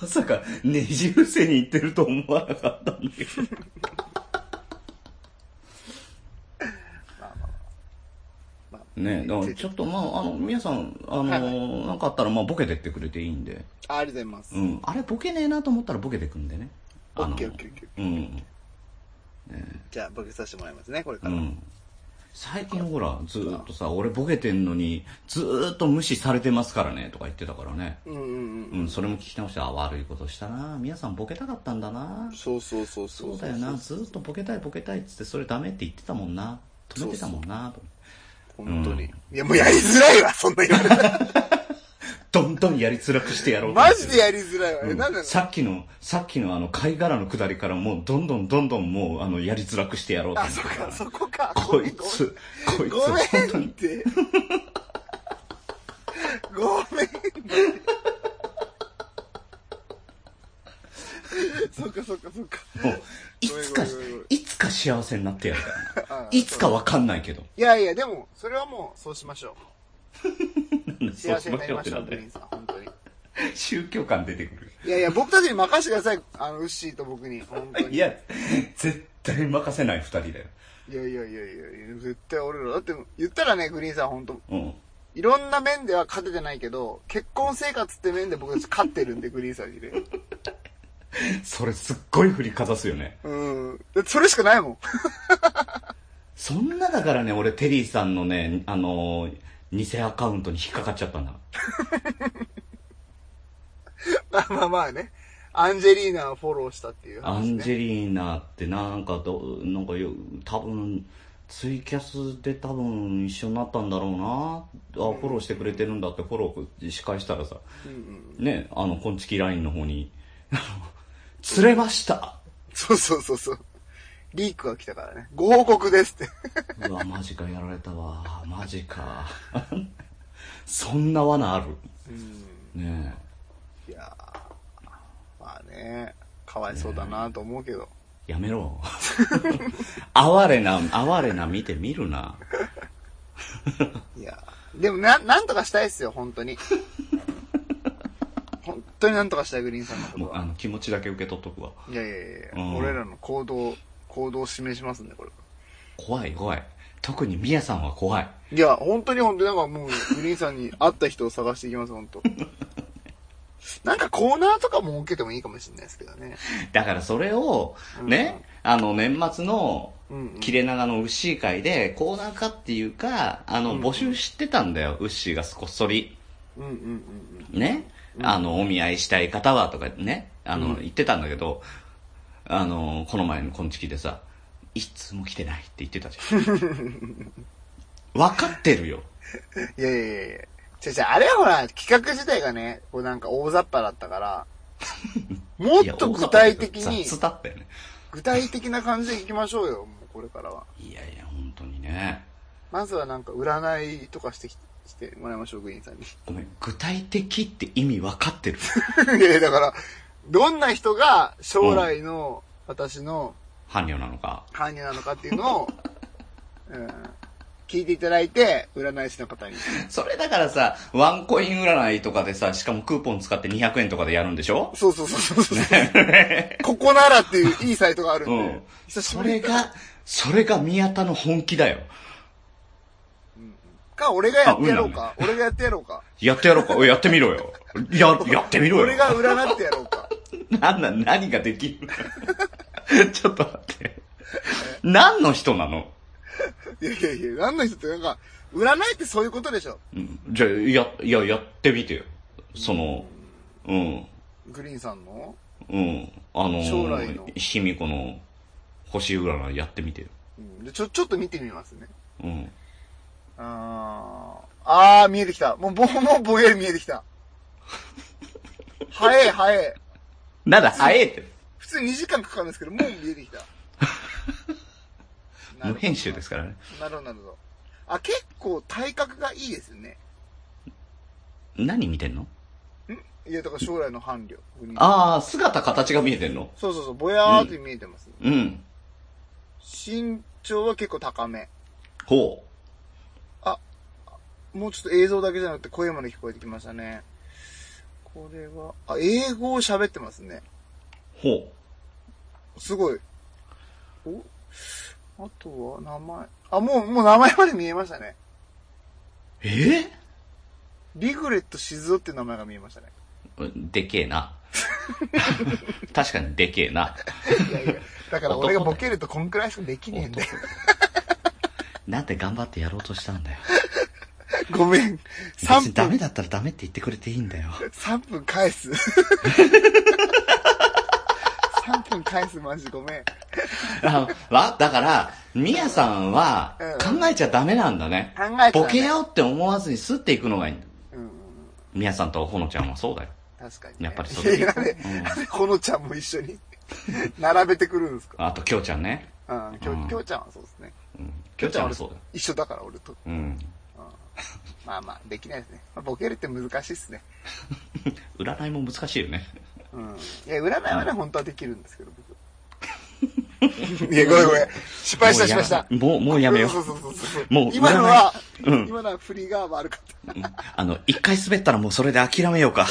まさか、ねじ伏せに行ってると思わなかったんだけど。
まあまあまあ。まあ、
ねだからちょっと、まあ、あの、皆さん、あのー
はいは
なんかあったら、まあ、ボケてってくれていいんで。
あありがとうございます。
うん。あれ、ボケねえなと思ったらボケてくんでね。
オ
あ
ッ
の
ケーオッケーオッケー。
うん。
じゃあ、ボケさせてもらいますね、これか
う
ら。
ん。最近ほら、ずーっとさ、俺ボケてんのに、ずーっと無視されてますからね、とか言ってたからね。
うんうん
うん、それも聞き直して、あ、悪いことしたな。皆さんボケたかったんだな
うん。。そうそうそうそ。
そううだよな。ずーっとボケたいボケたいっつって、それダメって言ってたもんな。止めてたもんな。と
本当に。
うん
いや、もうやりづらいわ、そんな言わ れたら。
どんどんやりづらくしてやろうと思っ
マ
てる。
ジでやりづらいわ。え、なんなの
さっきの、さっきのあの、貝殻のくだりからもう、どんどんどんどんもう、あの、やりづらくしてやろうと
あ、
思って
そ
るか。
っからそこか。
こいつ、こいつ、
ごめ
本当
んっ
に。
て。ごめんって。そっかそっかそっか。
もう、いつか
ごめんごめんごめん、
いつか幸せになってやるからな
あ
いつかわかんないけど。
いやいや、でも、それはもう、そうしましょう。幸せになりましょう、
そう
グ
しましょう
リーンさん、本当に。
宗教感出てくる。
いやいや、僕たちに任せてください、あの、ウッシーと僕に、本当に。
い
いや
や、絶対任せない二人だよ。
いやいやいやいや、絶対俺ら。だって、言ったらね、グリーンさん、本当
うん。
いろんな面では勝ててないけど、結婚生活って面で僕たち勝ってるんで、グリーンさんにね。
それすっごい振りかざすよね。
うん。だってそれしかないもん。
そんなだからね、俺、テリーさんのね、あのー偽アカウントに引っかかっちゃったんだ。
まあまあまあね。アンジェリーナをフォローしたっていう
ア
話、ね。
ンジェリーナってなんかど、なんかよ、多分、ツイキャスで多分一緒になったんだろうな。あ、フォローしてくれてるんだってフォローし返したらさ、
うんうん。
ね、あの、こんちきラインの方に、 あの釣れました
そうそうそうそう。リークが来たからね。ご報告ですって。
うわ、マジか、やられたわ。マジか。 そんな罠ある
うん。
ね
いやーまあね、かわいそうだなと思うけど。
え。やめろ。 哀れな、哀れな見てみるな。
いやーでもな、なんとかしたいっすよ、本当に。 本当になんとかしたい、グリーンさんのこ
も
と
う、あ
は。
の、気持ちだけ受け取っとくわ。
いやいやいや、
うん
俺らの行動、行動を示しますね、これ。
怖い、怖い。特にミヤさんは怖い。
いや、本当に本当になんかもう、グリーンさんに会った人を探していきます、本 当。なんかコーナーとかも設けてもいいかもしれないですけどね。
だからそれを、ね、あの、年末の
うんうん、
切れ長のウッシー会で、コーナー化っていうか、あの、募集してたんだよ、ウッシーがこっそり。
うんうんうん
ね、あの、お見合いしたい方はとかね、あの、
うん
言ってたんだけど、あの、この前の昆虫でさ、いつも来てないって言ってたじゃん。 分かってるよ。
うん。いやいやいやいや。違う違う、あれはほら、企画自体がね、こうなんか大雑把だったから、 もっと具体的
いや
に、
雑だったよね。
具体的な感じでいきましょうよ、もうこれからは。
いやいや、本当にね。
まずはなんか占いとかしてきしてもらいましょう、グリーンさんに。
ごめん、具体的って意味分かってる。
いやいやだから、どんな人が将来の私の、
伴侶なのか。
犯人なのかっていうのを、 うん、聞いていただいて、占い師の方に。
それだからさ、ワンコイン占いとかでさ、しかもクーポン使って200円とかでやるんでしょ
そうそうそうそうそう。ここならっていういいサイトがあるん
う
で
ん。
久し
そ
ぶり
れが、それが宮田の本気だよ。
か、俺がやってやろうか。俺がやってやろうか。
やってやろうか。おいやってみろよ。や、やってみろよ。
俺が占ってやろうか。
なんなん、何ができる ちょっと待って。何の人なの、
いやいやいや、何の人ってなんか、占いってそういうことでしょ。
うんじゃあ、や、いや、やってみてよ。その、うん、
グリーンさんの
うん。あのー、
将来の
卑弥呼の星占いやってみてよ。
うんでちょ、ちょっと見てみますね。
うん。
あー、あー見えてきた。もう、ぼ、もうぼんやり見えて きた。早い早い。
なんだ、早えって。
普通2時間かかるんですけど、もう見えてきた。
無編集ですからね。
なるほど、なるほど。あ、結構体格がいいですね。
何見てんの
んいや、だから将来の伴侶。
ああ、姿形が見えてんの
そうそうそう、ぼやーって見えてます、
うん。
身長は結構高め。
ほ
もうちょっと映像だけじゃなくて声まで聞こえてきましたね。これは、あ、英語を喋ってますね。
う。ほ
すごい。おあとは名前。あ、もう、もう名前まで見えましたね。
う。え
リグレット静雄っていう名前が見えましたね。
ー、でけえな。 確かにでけえな。
いやいや、だから俺がボケるとこんくらいしかできねえんだよ。
なんで頑張ってやろうとしたんだよ。
ごめん。
別に
3
ダ
分、
メだったらダメって言ってくれていいんだよ。
3分 返す。3分返す、マジごめん。
あわだから、ミヤさんは
うん
考えちゃダメなんだね。
考えちゃダメ
ボケようって思わずにスッていくのがいいんだ。
うんうん、
ミヤさんとほのちゃんはそうだよ。
確かに、ね。
やっぱりそ
そうれ。
だ
いや、なんで、なんでこのちゃんも一緒に 並べてくるんですか
あと、きょうちゃんね。
うん、きょ
うん
きょうちゃんはそうですね。
うんきょうちゃんはそうだよ。
一緒だから俺と。
うん。
まあまあ、できないですね。まあボケるって難しいですね。
占いも難しいよね。
うん。いや、占いはね、本当はできるんですけど、 僕。いや、ごめんごめん。失敗した、失敗した。
もう、もうやめよ
そうそうそうそう。
もう
今のは、
占いうん
今のは振りが悪かった。
う。あの、一回滑ったらもうそれで諦めようか。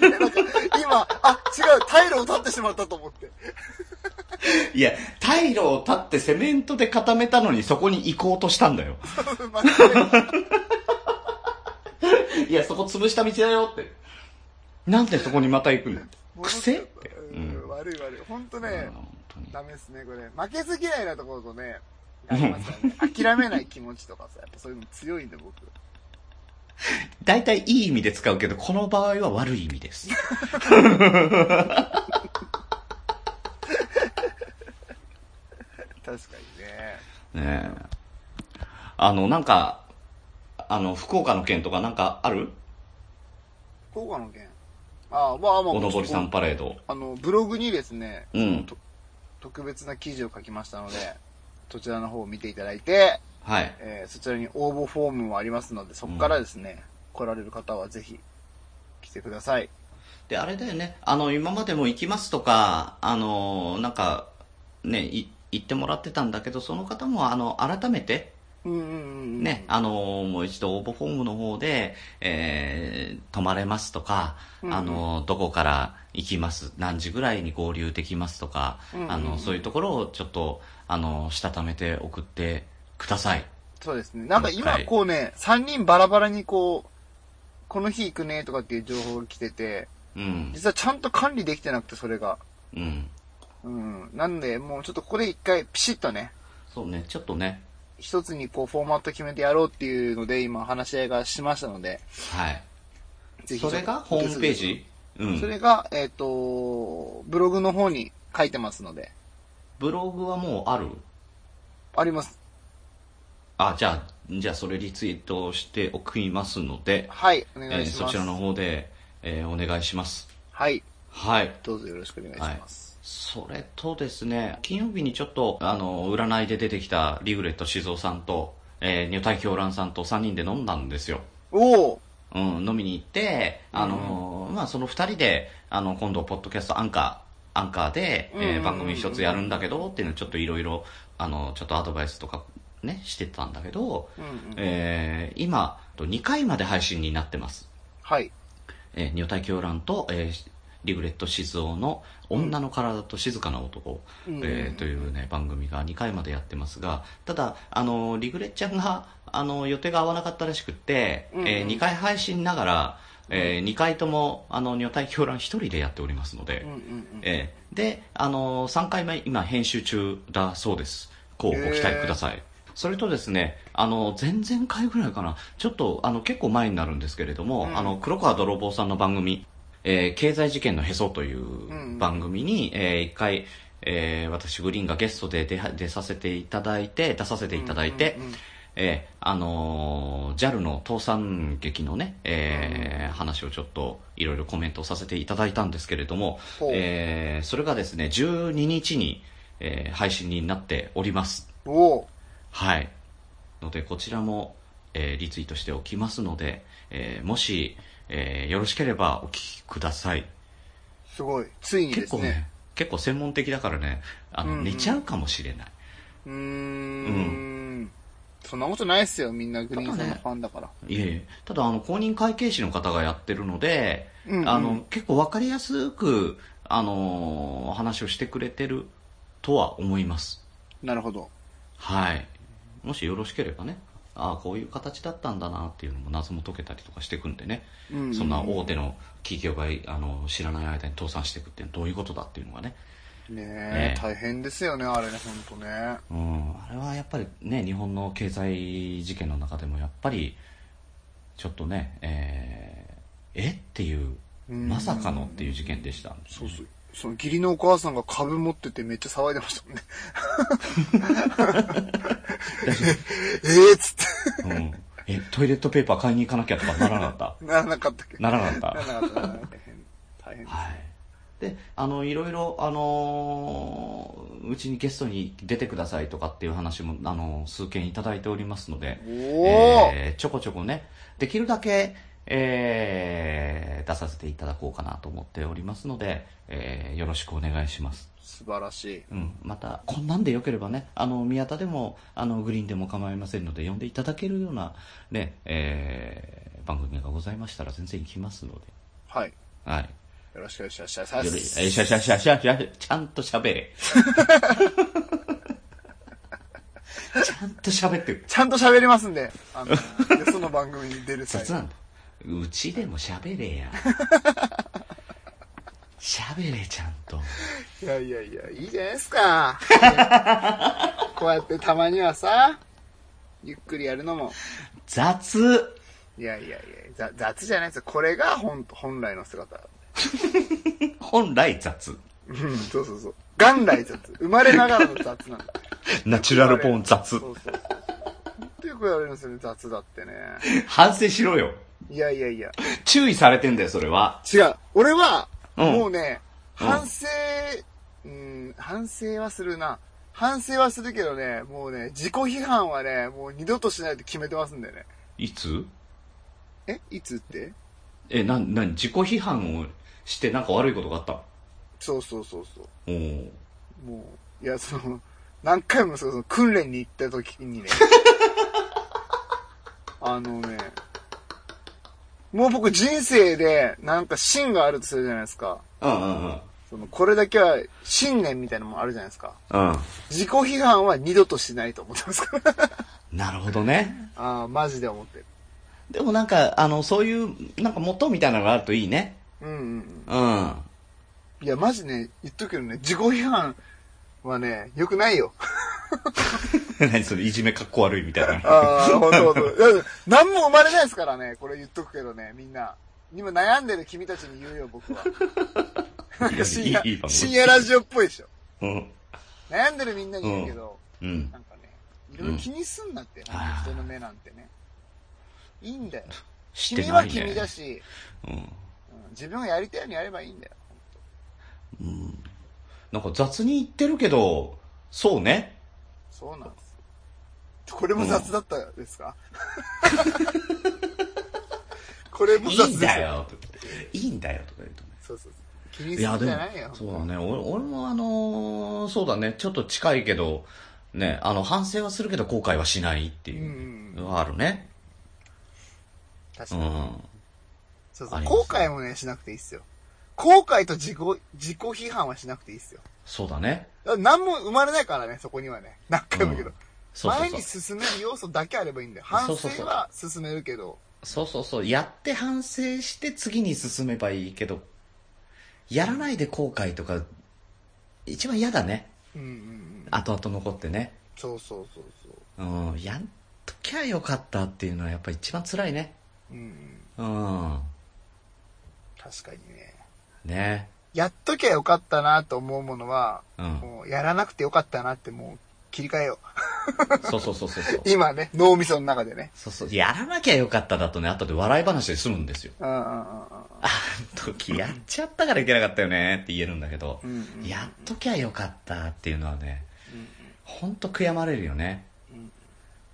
なんか今、あ、違う、タイルを立ってしまったと思って。
いや、退路を立ってセメントで固めたのにそこに行こうとしたんだよ。
間違え
いや、そこ潰した道だよって。なんでそこにまた行くの癖って。
う
うん
ん、悪い悪い。ほんと
あ
ね
の、本当に
ダメですね、これ。負けず嫌いなところとね、ありますからね。諦めない気持ちとかさ、やっぱそういうの強いんで、僕。
大体いい意味で使うけど、この場合は悪い意味 です。
確かにね。
ねえ。あの、なんか、あの、福岡の件とかなんかある
福岡の件。ああ、まあまあ、
おのぼりさんパレード。
あの、ブログにですね、
うん
と特別な記事を書きましたので、そちらの方を見ていただいて、
はい。
えーそちらに応募フォームもありますので、そこからですね、来られる方はぜひ来てください。
で、あれだよね。あの、今までも行きますとか、あの、なんか、ね、い言ってもらってたんだけど、その方も、あの、改めて、
うんうんうん。
ね、。あの、もう一度応募フォームの方で、えー、泊まれますとか、
うんうん
あの、どこから行きます、何時ぐらいに合流できますとか、
うんうんうん
あの、そういうところをちょっと、あの、したためて送ってください。
そうですね。なんか今
はい
こうね、3人バラバラにこう、この日行くねとかっていう情報が来てて、
うん。
実はちゃんと管理できてなくて、それが。
うん。
うん。なんで、もうちょっとここで一回ピシッとね、
そうね、ちょっとね、
一つにこうフォーマット決めてやろうっていうので、今話し合いがしましたので、
はい。
ぜひち
そ
ょっと
れがホームページう
そ
ん。
れが、えっ、と、ブログの方に書いてますので、
ブログはもうある
あります。
あ、じゃあ、じゃあそれリツイートしておきますので、
はい、お願
えー
いし
そ
ます。
ちらの方で、えーお願いします。
はい、
はい。
どうぞよろしくお願いします。
それとですね、金曜日にちょっと、あの、占いで出てきたリグレット静雄さんと、えー、ニュータイ狂乱さんと3人で飲んだんですよ。
おお
うん、飲みに行って、あの、まあ、その2人で、あの、今度、ポッドキャストアンカー、アンカーで、え
うんうんう
ー
ん
番組一つやるんだけど、っていうのをちょっといろいろ、あの、ちょっとアドバイスとか、ね、してたんだけど、
うんうん。
えー、今、2回まで配信になってます。
はい。
えー、女体狂乱と、えーリグレット静雄の「女の体と静かな男」
うん
えーという、ね、番組が2回までやってますがただあのーリグレッちゃんがあの、予定が合わなかったらしくって、
うんうん
え2回配信ながら、え2回とも、あの、女体狂乱一人でやっておりますので、
うんうんうん。
えーで、あのー3回目、今、編集中だそうです。こう、ご
へー
期待ください。それとですね、あの、前々回ぐらいかな、ちょっと、あの、結構前になるんですけれども、
うん
あの、黒川泥棒さんの番組、えー経済事件のへそという番組に、えー一回、えー私、グリーンがゲストで出は出させていただいて、出させていただいて、
うんうんうん
えーあのー JAL の倒産劇のね、えー話をちょっといろいろコメントさせていただいたんですけれども
ほう、
えーそれがですね、12日に、えー配信になっております。
おお
はい。ので、こちらも、えーリツイートしておきますので、えーもし、えーよろしければお聞きください。
すごい。ついにで
結
す
構
ね
ね。、結構専門的だからね、あの、
うんうん
寝ちゃうかもしれない。
うーん。そんなことないっすよ。みんなグリーンさんのファンだから。
いえいえただあの公認会計士の方がやってるので、
うんうん
あの結構わかりやすく、あのー話をしてくれてるとは思います
なるほど。
はいもしよろしければねああこういう形だったんだなっていうのも謎も解けたりとかしていくんでね、
うんうんうん
そんな大手の企業があの知らない間に倒産していくってどういうことだっていうのがね、
ね
ね
え、大変ですよね、あれね、ほんとね。
うん、あれはやっぱりね日本の経済事件の中でもやっぱりちょっとねえーえっていう
うん
まさかのっていう事件でした、
そうそう。その義理のお母さんが株持っててめっちゃ騒いでま したもんね。 えーっつっ。
うん、えトイレットペーパー買いに行かなきゃとかならなかって
ならなかったっけ
たならなか
な
っ
らなかったならなかった。大変。大
たはいであのいろいろあのーうちにゲストに出てくださいとかっていう話も、あのー数件いただいておりますので、
変。おー
えーちょこちょこね、できるだけ、えー出させていただこうかなと思っておりますので、えーよろしくお願いします。
素晴らしい。
うん、また、こんなんでよければね、あの、宮田でも、あの、グリーンでも構いませんので、呼んでいただけるような、ね、えー番組がございましたら全然行きますので、
はい。
はい。
よろしくお願いします。
より、えーしゃしゃしゃしゃしゃ、ちゃんと喋れ。ちゃんと喋ってる。
ちゃんと喋りますんで、 あの、よその番組に出る際
雑なんだ。うちでも喋れや。喋れ、ちゃんと。
いやいやいや、いいじゃないで すか。こうやってたまにはさ、ゆっくりやるのも。
雑
いやいやいや、ざ雑じゃないですよ。これが本本来の姿。
本来雑。
うん、そうそうそう。元来雑。生まれながらの雑なんだ。
ナチュラルポーン
そう
雑。
そうそう。ほんとよく言われるんですよね、雑だってね。
反省しろよ。
いやいやいや。
注意されてんだよ、それは。
違う。俺は、
うん
もうね、
うん
反省、うん、反省はするな。反省はするけどね、もうね、自己批判はね、もう二度としないと決めてますんでね。
いつ
えいつって
え、な、な、自己批判をしてなんか悪いことがあった
そうそうそうそう。
おー
もう、いや、その、何回もそうその訓練に行った時 にね、あのね、もう僕人生でなんか芯があるとするじゃないですか。
うんうんうん。
その、これだけは信念みたいなのもあるじゃないですか。
うん。
自己批判は二度としないと思ってますから。
なるほどね。
ああ、マジで思ってる。
でもなんか、あの、そういう、なんか元みたいなのがあるといいね。
うんうんうん。
うん。
いや、マジね、言っとくけどね、自己批判はね、良くないよ。
何それ、いじめかっこ悪いみたいな。
ああ、ほんとほんと。 だって何も生まれないですからね、これ言っとくけどね、みんな。今悩んでる君たちに言うよ、 僕は。なんか深夜
いいいい番、組
深夜ラジオっぽいでしょ。
うん。
悩んでるみんなに言うけど、
うん
な。んかね、いろいろ気にすんなって、
うん
なんか人の目なんてね。いいんだよ。
して
君
な
はい
ね。
君だし、
うん。
うん自分がやりたいようにやればいいんだよ。
なんか雑に言ってるけど、そうね。
そうなんですよ。これも雑だったで すか、これも
い
雑です
いんだ。よ。いいんだよ、とか言うとね。
そうそうそう。気にするんじゃないよ。
そうだね。俺俺もあのーそうだね。ちょっと近いけど、ね、あの、反省はするけど後悔はしないって
うん
い
うん
う、
うん。
はあるね。
確
う
かに。
ん。
そうそ
あ
う。
ります
後悔もね、しなくていいっすよ。後悔と自己、自己批判はしなくていいっすよ。
そうだね。
だから何も生まれないからね、そこにはね。何回も言うけど。
そうそう
前
そう
に。進める要素だけあればいいんだよ。反
そうそうそ
省
う
は進めるけど。
そうそうそう。やって反省して次に進めばいいけど、やらないで後悔とか、一番嫌だね。
うんうんうん。
後々残ってね。
そうそうそうそう。
うん、やんときゃよかったっていうのはやっぱ一番辛いね。
うんうん。
うん。
確かにね。
ね
やっときゃよかったなと思うものは、
うん。
もうやらなくてよかったなってもう切り替えよ
そうそうそうそうそう。
う。今ね、脳みその中でね。
そうそう。やらなきゃよかっただとね、後で笑い話で済むんですよ。
うんうんうん
あの時やっちゃったからいけなかったよねって言えるんだけど、
うん。うんうん、
やっときゃよかったっていうのはね、
うんうん
ほんと悔やまれるよね。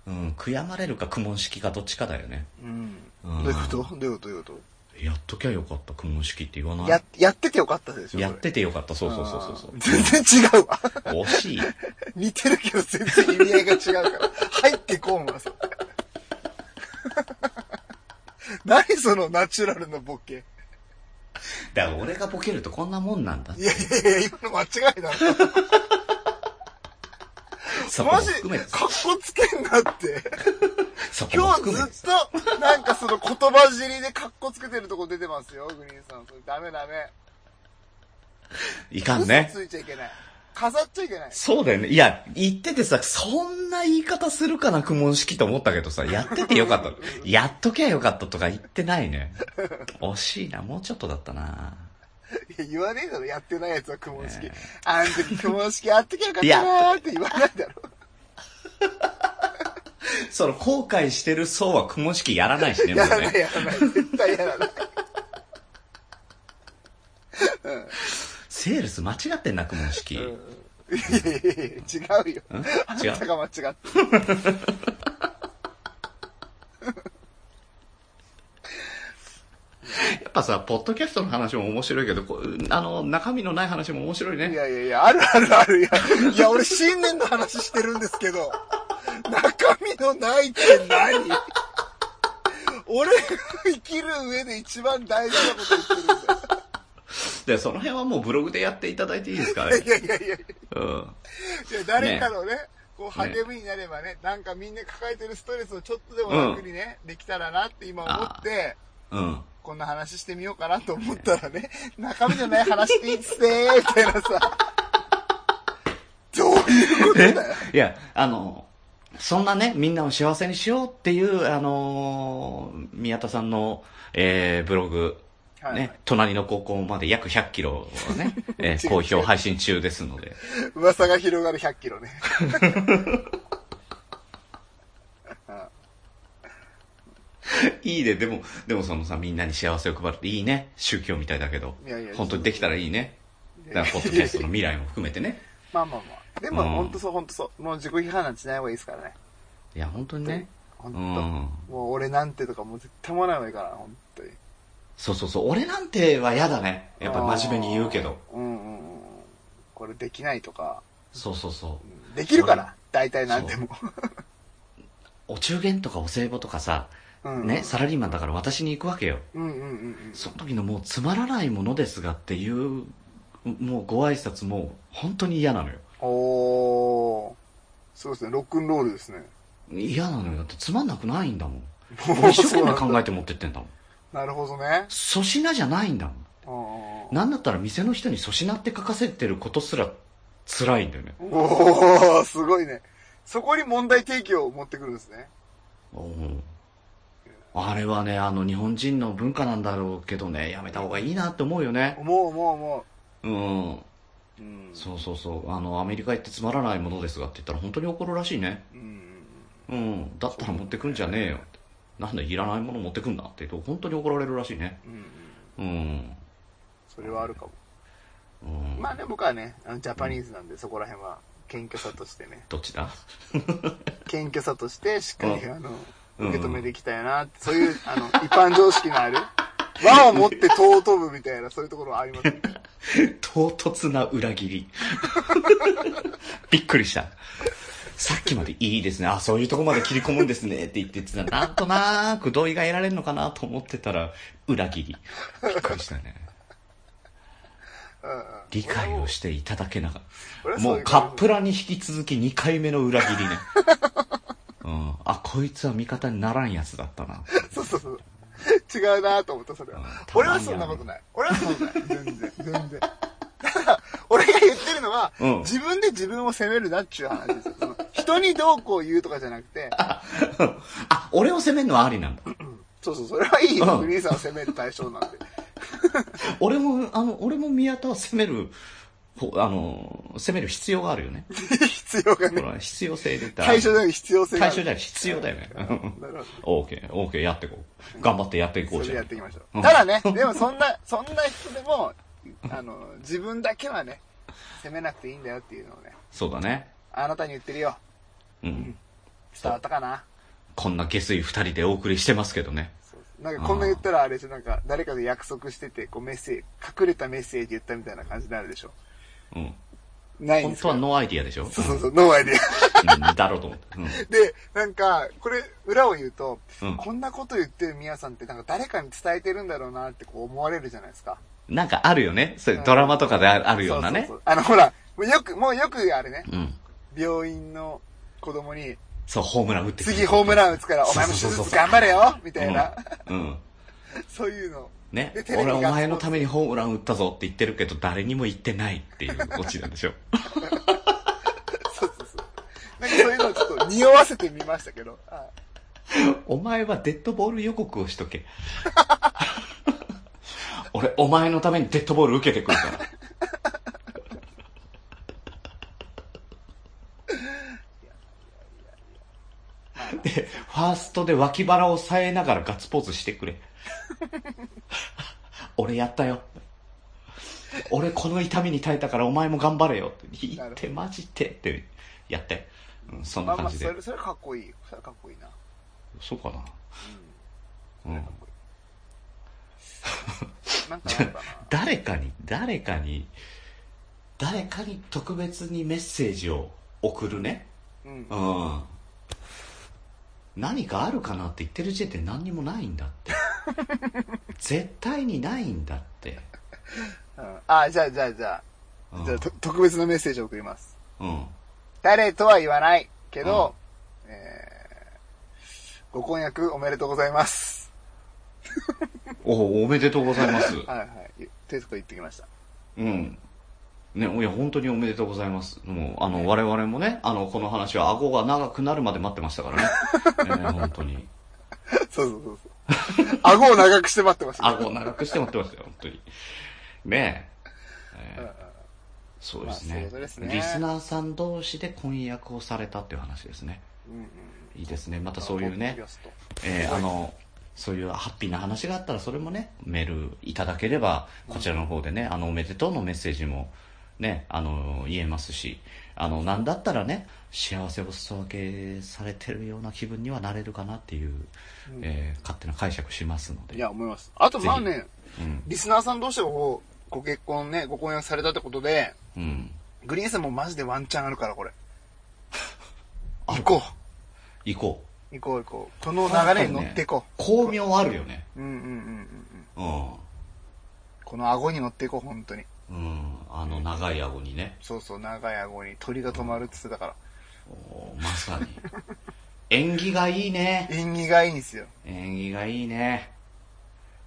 うん、悔やまれるか苦問式かどっちかだよね。
うん。
うん
どういうことどういうことどういうこ
やっときゃよかった、苦問式って言わ
と
ない
や、やっててよかったでしょ
やっててよかった、そ
そう
そうそうそうそ
全然違うわ。
う。惜しい。
似てるけど全然意味合いが違うから。入ってこんわ、それ 何そのナチュラルなボケ。
だから俺がボケるとこんなもんなんだ
い。やいやいや、今の間違いだろ。
そこも
マジ、
含めて、
かっこつけんなって。
そこも
今日
含めて
ず。っと、なんかその言葉尻でかっこつけてるとこ出てますよ、グリーンさん。それダメダメ。
いかんね
嘘。ついちゃいけない。飾っちゃいけない。
そうだよね。いや、言っててさ、そんな言い方するかな、苦問式と思ったけどさ、やっててよかった。 やっときゃよかったとか言ってないね。惜しいな、もうちょっとだったな。
いや言わねえだろ、やってないやつは雲文式
ね。
あん時雲文式やってきゃよかったなーって言わないだろ。
その、後悔してる層は苦問式やらないしね、も
やら
う
ない
ね。
やらない。絶対やらない。
セールス間違ってんな、苦問式。
うんいやいやいや違うよ。
ん違
あんた
う。
が間違ってる。
やっぱさ、ポッドキャストの話も面白いけど、こうあの、中身のない話も面白い
い
ね。
やいやいや、あるあるある。いや、いや俺新年の話してるんですけど、中身のないって何俺が生きる上で一番大事なこと言ってるんだ
で、その辺はもうブログでやっていただいていいですか ね。
よ。いやいやいやい
うん。
や、いや誰かのね、こう励みになればね、なんかみんな抱えてるストレスをちょっとでも楽にね、できたらなって今思って、
うん。
こんな話してみようかなと思ったらね、中身のない話でいいっすねー、みたいな さ。どういうことだよ。
いや、あの、そんなね、みんなを幸せにしようっていう、あのー宮田さんの、えーブログ、
はい
ね、隣の高校まで約100キロを ね、えー好評配信中ですので、
噂が広がる100キロね。
いいね、でも、でもそのさ、みんなに幸せを配るっていいね、宗教みたいだけど
いやいや、
本当にできたらいいね。だから、ポッドキャストの未来も含めてね。
まあまあまあ。でも、
うん
ほんとそう、ほんとそう。もう自己批判なんてしない方がいいですからね。
いや、本当にね。
ほ
うん
と。
ん。
もう俺なんてとかもう絶対もらない方がいいから、ほんとに。
そうそうそう、俺なんては嫌だね。やっぱ真面目に言うけど。
あー。うんうんうん。これできないとか、
そうそうそう。
できるから、大体なんでも。
お中元とかお歳暮とかさ、
うん
ね、サラリーマンだから私に行くわけよ。
うんうんうんうん。
その時のもうつまらないものですがっていう、もうご挨拶も本当に嫌なのよ。
おー。そうですね、ロックンロールですね。
嫌なのよ。だってつまんなくないんだもん。
う
俺一生懸命
そう
考えて持ってってんだもん。
なるほどね。
粗品じゃないんだもん。
うんうんうん
なんだったら店の人に粗品って書かせてることすら辛いんだよね。
おー、すごいね。そこに問題提起を持ってくるんですね。
うんあれはね、あの日本人の文化なんだろうけどね、やめた方がいいなって思うよね。
思う思う思
うん。
う。うん。
そうそうそう。あの、アメリカ行ってつまらないものですがって言ったら本当に怒るらしいね。
うんうんうん。
うん、だったら持ってくんじゃねえよって。なんだ、いらないもの持ってくんだって言うと、本当に怒られるらしいね。
うんうん。
うん。
それはあるかも。
うん、
まあね、僕はね、あのジャパニーズなんで、そこら辺は、謙虚さとしてね、
どっちだ
謙虚さとして、しっかり、あの、
うん
受け止めていきたいなって、そういう、あの、一般常識のある、和を持って尊ぶみたいな、そういうところはありますね。
唐突な裏切り。 びっくりした。さっきまでいいですね。あ、そういうとこまで切り込むんですねって言ってたなんとなく同意が得られるのかなと思ってたら、裏切り。びっくりしたね。
うんうん。
理解をしていただけなかっ
俺
た。
はそう
も
いう
うカップラに引き続き2回目の裏切りね。うん、あ、こいつは味方にならんやつだったな。
そうそうそう。違うなと思った、それは
うん。
俺はそんなことない。俺はそんなことない。全然、全然。ただ、俺が言ってるのは、
うん
自分で自分を責めるなっちゅう話ですよ。その人にどうこう言うとかじゃなくて、
あ、俺を責めるのはありなんだ。
そうそう、それはいいよ。
うん
フリーさんを責める対象なんで。
俺も、あの、俺も宮田は責める、ほあの、責める必要があるよね。
必要が
ほ
ね。
ら、必要性で言ったら。
対象じゃなく必要性があ
対
る。
象じゃない、必要だよね。
なるほど。
オーケー、オーケー、やってこう。頑張ってやっていこ
そう
じ
れ
ゃ
や
ん
っ。ていきましょ
う
う。
ん
ただね、でもそんな、そんな人でも、あの、自分だけはね、責めなくていいんだよっていうのをね、
そうだね。
あなたに言ってるよ。
うん。
伝わったかな
こんな下水二人でお送りしてますけどね。
そうそうなんかこんな言ったらあれでしょ、なんか誰かで約束してて、こうメッセージ、隠れたメッセージ言ったみたいな感じになるでしょ。
うん。
ないん
本
です
当
か
はノーアイディアでしょ
そうそうそう、ノーアイディ
うんだろうと思って。うん。
ア。で、なんか、これ、裏を言うと、
うん
こんなこと言ってるミヤさんってなんか誰かに伝えてるんだろうなってこう思われるじゃないですか。
なんかあるよね。そういうドラマとかでああるようなね
そ。うそうそうあの、ほら、もうよく、もうよくあれね、
うん。
病院の子供に、
そう、ホームラン打って
次ホームラン打つから、お前も手
そうそうそう
術
そう
頑張れよみたいな、
ン。うん。
そういうの。
ね
で。テレビ
俺
が
お前のためにホームラン打ったぞって言ってるけど、誰にも言ってないっていうオチなんでしょ。
そうそうそう。なんかそういうのをちょっと匂わせてみましたけど。あ
お前はデッドボール予告をしとけ。 俺、お前のためにデッドボール受けてくるから。で、ファーストで脇腹を押さえながらガッツポーズしてくれ。 俺やったよ。俺この痛みに耐えたからお前も頑張れよ。いいって、マジでって、やって。うん、そん
ま
な
あ
感
まあ、
じ
そ
で。
れ、それかっこいい。それかっこいいな。
そうかな。うん。
なんかあるかな。
誰かに、誰かに、誰かに特別にメッセージを送るね。
うん
う。ん。何かあるかなって言ってる時点で何にもないんだ って。絶対にないんだって。
うんあ、じゃあ、じゃあ、じゃ
う
あ、
ん
じゃあ、と特別なメッセージを送ります。
うん。
誰とは言わないけど、えーご婚約おめでとうございます。
お、おめでとうございます。
はいはい。というとこ言ってきました。
うん。ね、いや、本当におめでとうございます。もう、あの、我々もね、あの、この話は顎が長くなるまで待ってましたからね。え ー本当に。
そうそうそう そう。顎を長くして待ってましたけど。
顎を長くして待ってましたよ、本当に。ねえ。ええそうです
まあそう
ね
いうことですね
リスナーさん同士で婚約をされたっていう話ですね。
うんうん。
いいですね。またそういうね
ポッドキ、ャスト
ええあの、そういうハッピーな話があったら、それもね、メールいただければ、こちらの方でね、あの、おめでとうのメッセージも、ね、あの、言えますし、あの、なんだったらね、幸せを裾分けされてるような気分にはなれるかなっていう、ええ勝手な解釈しますので。
いや、思います。あと、まあね、
うん。
リスナーさん同士でこうご結婚ね、ご婚約されたってことで、
うん。
グリーンさんもマジでワンチャンあるから、これ。
あ
行
る
こ
行こ
う。行こう行こう。この流れに乗っていこ
う。巧妙あるよね。
う。うんうんうんうんうん。
うん。
この顎に乗っていこう、本当に。
うん。あの長い顎にね。
そうそう、長い顎に鳥が止まるって言ってたから。
おーまさ に。縁起がいいね。
縁起がいいんですよ。
縁起がいいね。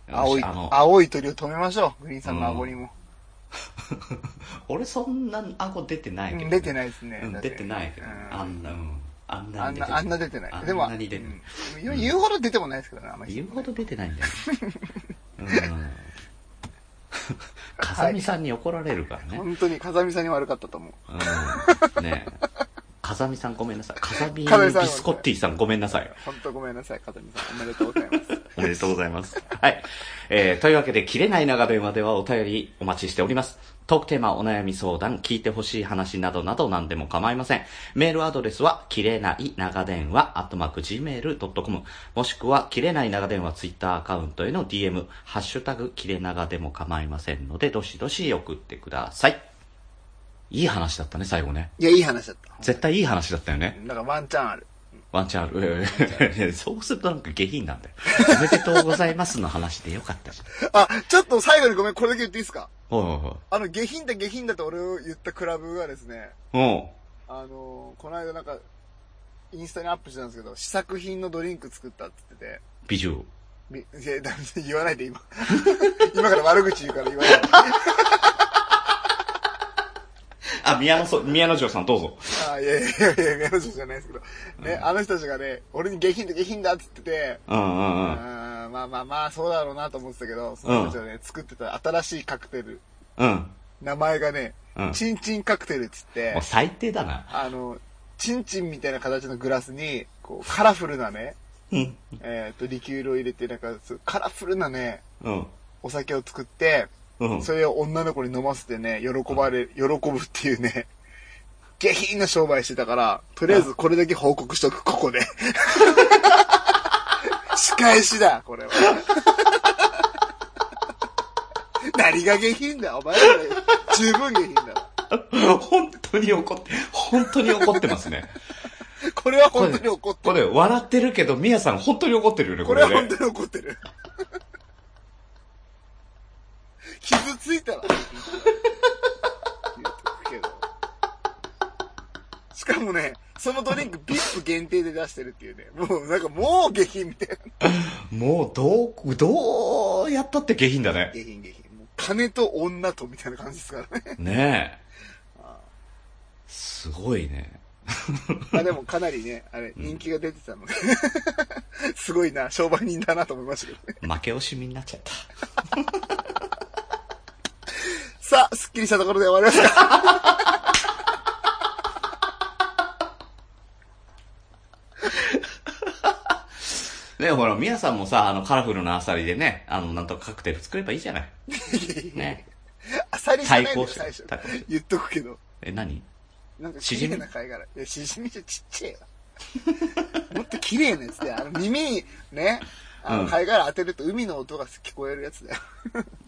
よし
青い、
あの、
青い鳥を止めましょう。グリーンさんの顎にも。
俺そんな顎出てないけど、
うん出てないですね
うん出てないけど、
うん
あんな、うん。あんな
あ
に
ん
出て
な、あんな出てない。でも、
あんなに出てない。
うん言う言うほど出てもないですけどね、あんまり。
言うほど出てない んだよ、ね。うん。風見さんに怒られるからね。
本当に、風見さんに悪かったと思う。
うんねえ。風見さんごめんなさい。風見ビスコッティさんごめんなさい。
本当ごめんなさい、風見さん。おめでとうござ います。
おめでとうございます。はい。えー、というわけで、切れない長電話ではお便りお待ちしております。トークテーマ、お悩み相談、聞いてほしい話などなど何でも構いません。メールアドレスは、切れない長電話、アットマーク gmail.com、もしくは、切れない長電話ツイッターアカウントへの DM、ハッシュタグ、切れ長でも構いませんので、どしどし送ってください。いい話だったね、最後ね。
いや、いい話だった。
絶対いい話だったよね。
だからワンチャンある。
ワンチャンあるい や。そうするとなんか下品なんだよ。おめでとうございますの話でよかったじ
あ、ちょっと最後にごめん、これだけ言っていいですか
ゃは
あの、下品だ下品だと俺を言ったクラブがですね、
いはい。うん。
あのーこの間なんか、インスタにアップしてたんですけど、試作品のドリンク作ったって言ってて、
美女。
みいや、だ言わないで今。今から悪口言うから言わないで。
あ、宮野そ、宮野城さんどうぞ。
あいやいやいやいや、彼女じゃないですけど。ね、あの人たちがね、俺に下品だ下品だって言ってて、
うんうんう
うん
ん。
まあまあまあ、そうだろうなと思ってたけど、その人たちがね、作ってた新しいカクテル、
うん。
名前がね、
うん
チンチンカクテルって言って
もう、最低だな。
あの、チンチンみたいな形のグラスに、こう、カラフルなね、
うん。
えっ、と、リキュールを入れて、なんか、そうカラフルなね、
うん。
お酒を作って、
うん。
それを女の子に飲ませてね、喜ばれ、喜ぶっていうね、下品な商売してたから、とりあえずこれだけ報告しとく、こ こで。仕返しだ、これは。何が下品だ、お前ら十分下品だ。
本当に怒って、本当に怒ってますね。
これは本当に怒って
これ、
る。
笑ってるけど、宮さん本当に怒ってるよね、
こ
こ
れ
れ
は本
ね。
当に怒っ てる。傷ついたら。言うとくけど。しかもね、そのドリンク VIP 限定で出してるっていうね。もうなんかもう下品みたいな。
もう、どう、どうやったって下品だね。
下品下品。もう金と女とみたいな感じですか らね。
ねえ。すごいね。
まあでもかなりね、あれ、人気が出てたので。 すごいな、商売人だなと思いましたけどね。
負け惜しみになっちゃった。
さあ、スッキリしたところで終わりま すか。
ねほら、宮さんもさ、あの、カラフルなアサリでね、あの、なんとかカクテル作ればいいじゃない。ね。
あさりじゃないんです
対
最
抗し
初
対抗し。
言っとくけど。
え、何
なんか綺
シジミ
麗な貝殻。いや、シジミじゃちっちゃいよ。 もっと綺麗なやつだよ。あの耳にね、あ
う
の
ん
貝殻当てると海の音が聞こえるやつだよ。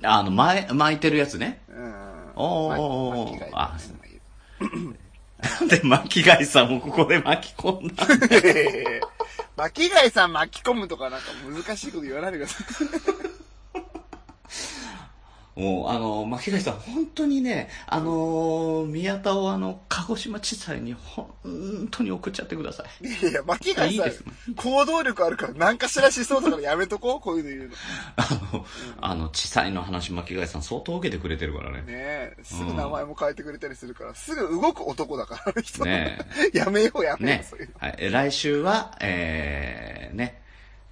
あの、前、巻いてるやつね。
うん。
おーおーおー
巻き貝と
あ
かね
そう
まあいいよ
なんで巻き貝さんもここで巻き込んだ
巻き貝さん巻き込むとかなんか難しいこと言わないでください。
もう、あの、巻き貝さん、本当にね、あのー宮田をあの、鹿児島地裁に本当に送っちゃってください。
いやいや、巻き貝さん
いいです
行動力あるから何かしらしそうだからやめとこう、こういうの言うの。
あの、あの、地裁の話巻き貝さん相当受けてくれてるからね。
ねえ、すぐ名前も変えてくれたりするから、すぐ動く男だから、あの人。
ね
やめよう、やめよう、
ね
そういうの。。
はいえ来週は、えー、ね、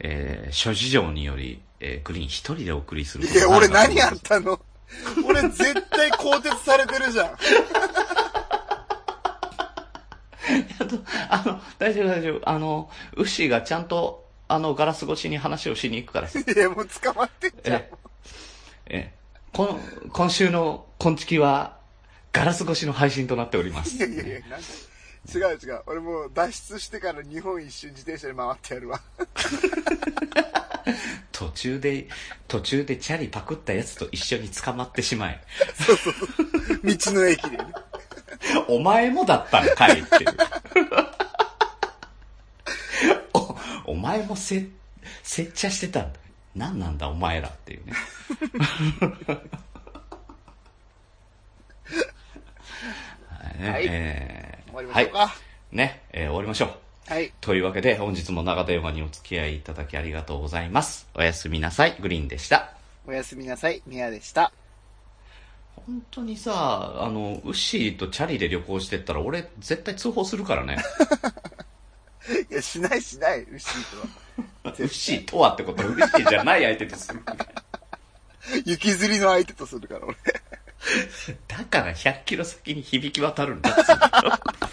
えー、諸事情により、えー、グリーン一人でお送りすること
いや、
にな
俺
るかと思
何やったの俺絶対更迭されてるじゃん。
あと あの、大丈夫大丈夫。あの、ウッシーがちゃんと、あの、ガラス越しに話をしに行くからさ。
いや、もう捕まってん じゃん
え。え、ええ、こん今週の「こんちき」はガラス越しの配信となっておりま
い
す
やいやいや、なんか。違う違う。俺もう脱出してから日本一周自転車で回ってやるわ。
途中で途中でチャリパクったやつと一緒に捕まってしまえ
そうそうそう。道の駅でね。
お前もだったんかいっていう おお前もせ接茶してたんだ何なんだお前らって いうねはいね
はい
えー
終わりましょうか。
ね、えー終わりましょう
はい。
というわけで本日も長電話にお付き合いいただきありがとうございます。おやすみなさい。グリーンでした。
おやすみなさい。ミヤでした。
本当にさ、あの、ウッシーとチャリで旅行してったら俺絶対通報するからね。
いや、しないしない、牛と
ウ
は。
ッシーとはってことはウッシーじゃない相手とする。
雪吊りの相手とするから、俺。
だから100キロ先に響き渡るんだっつうの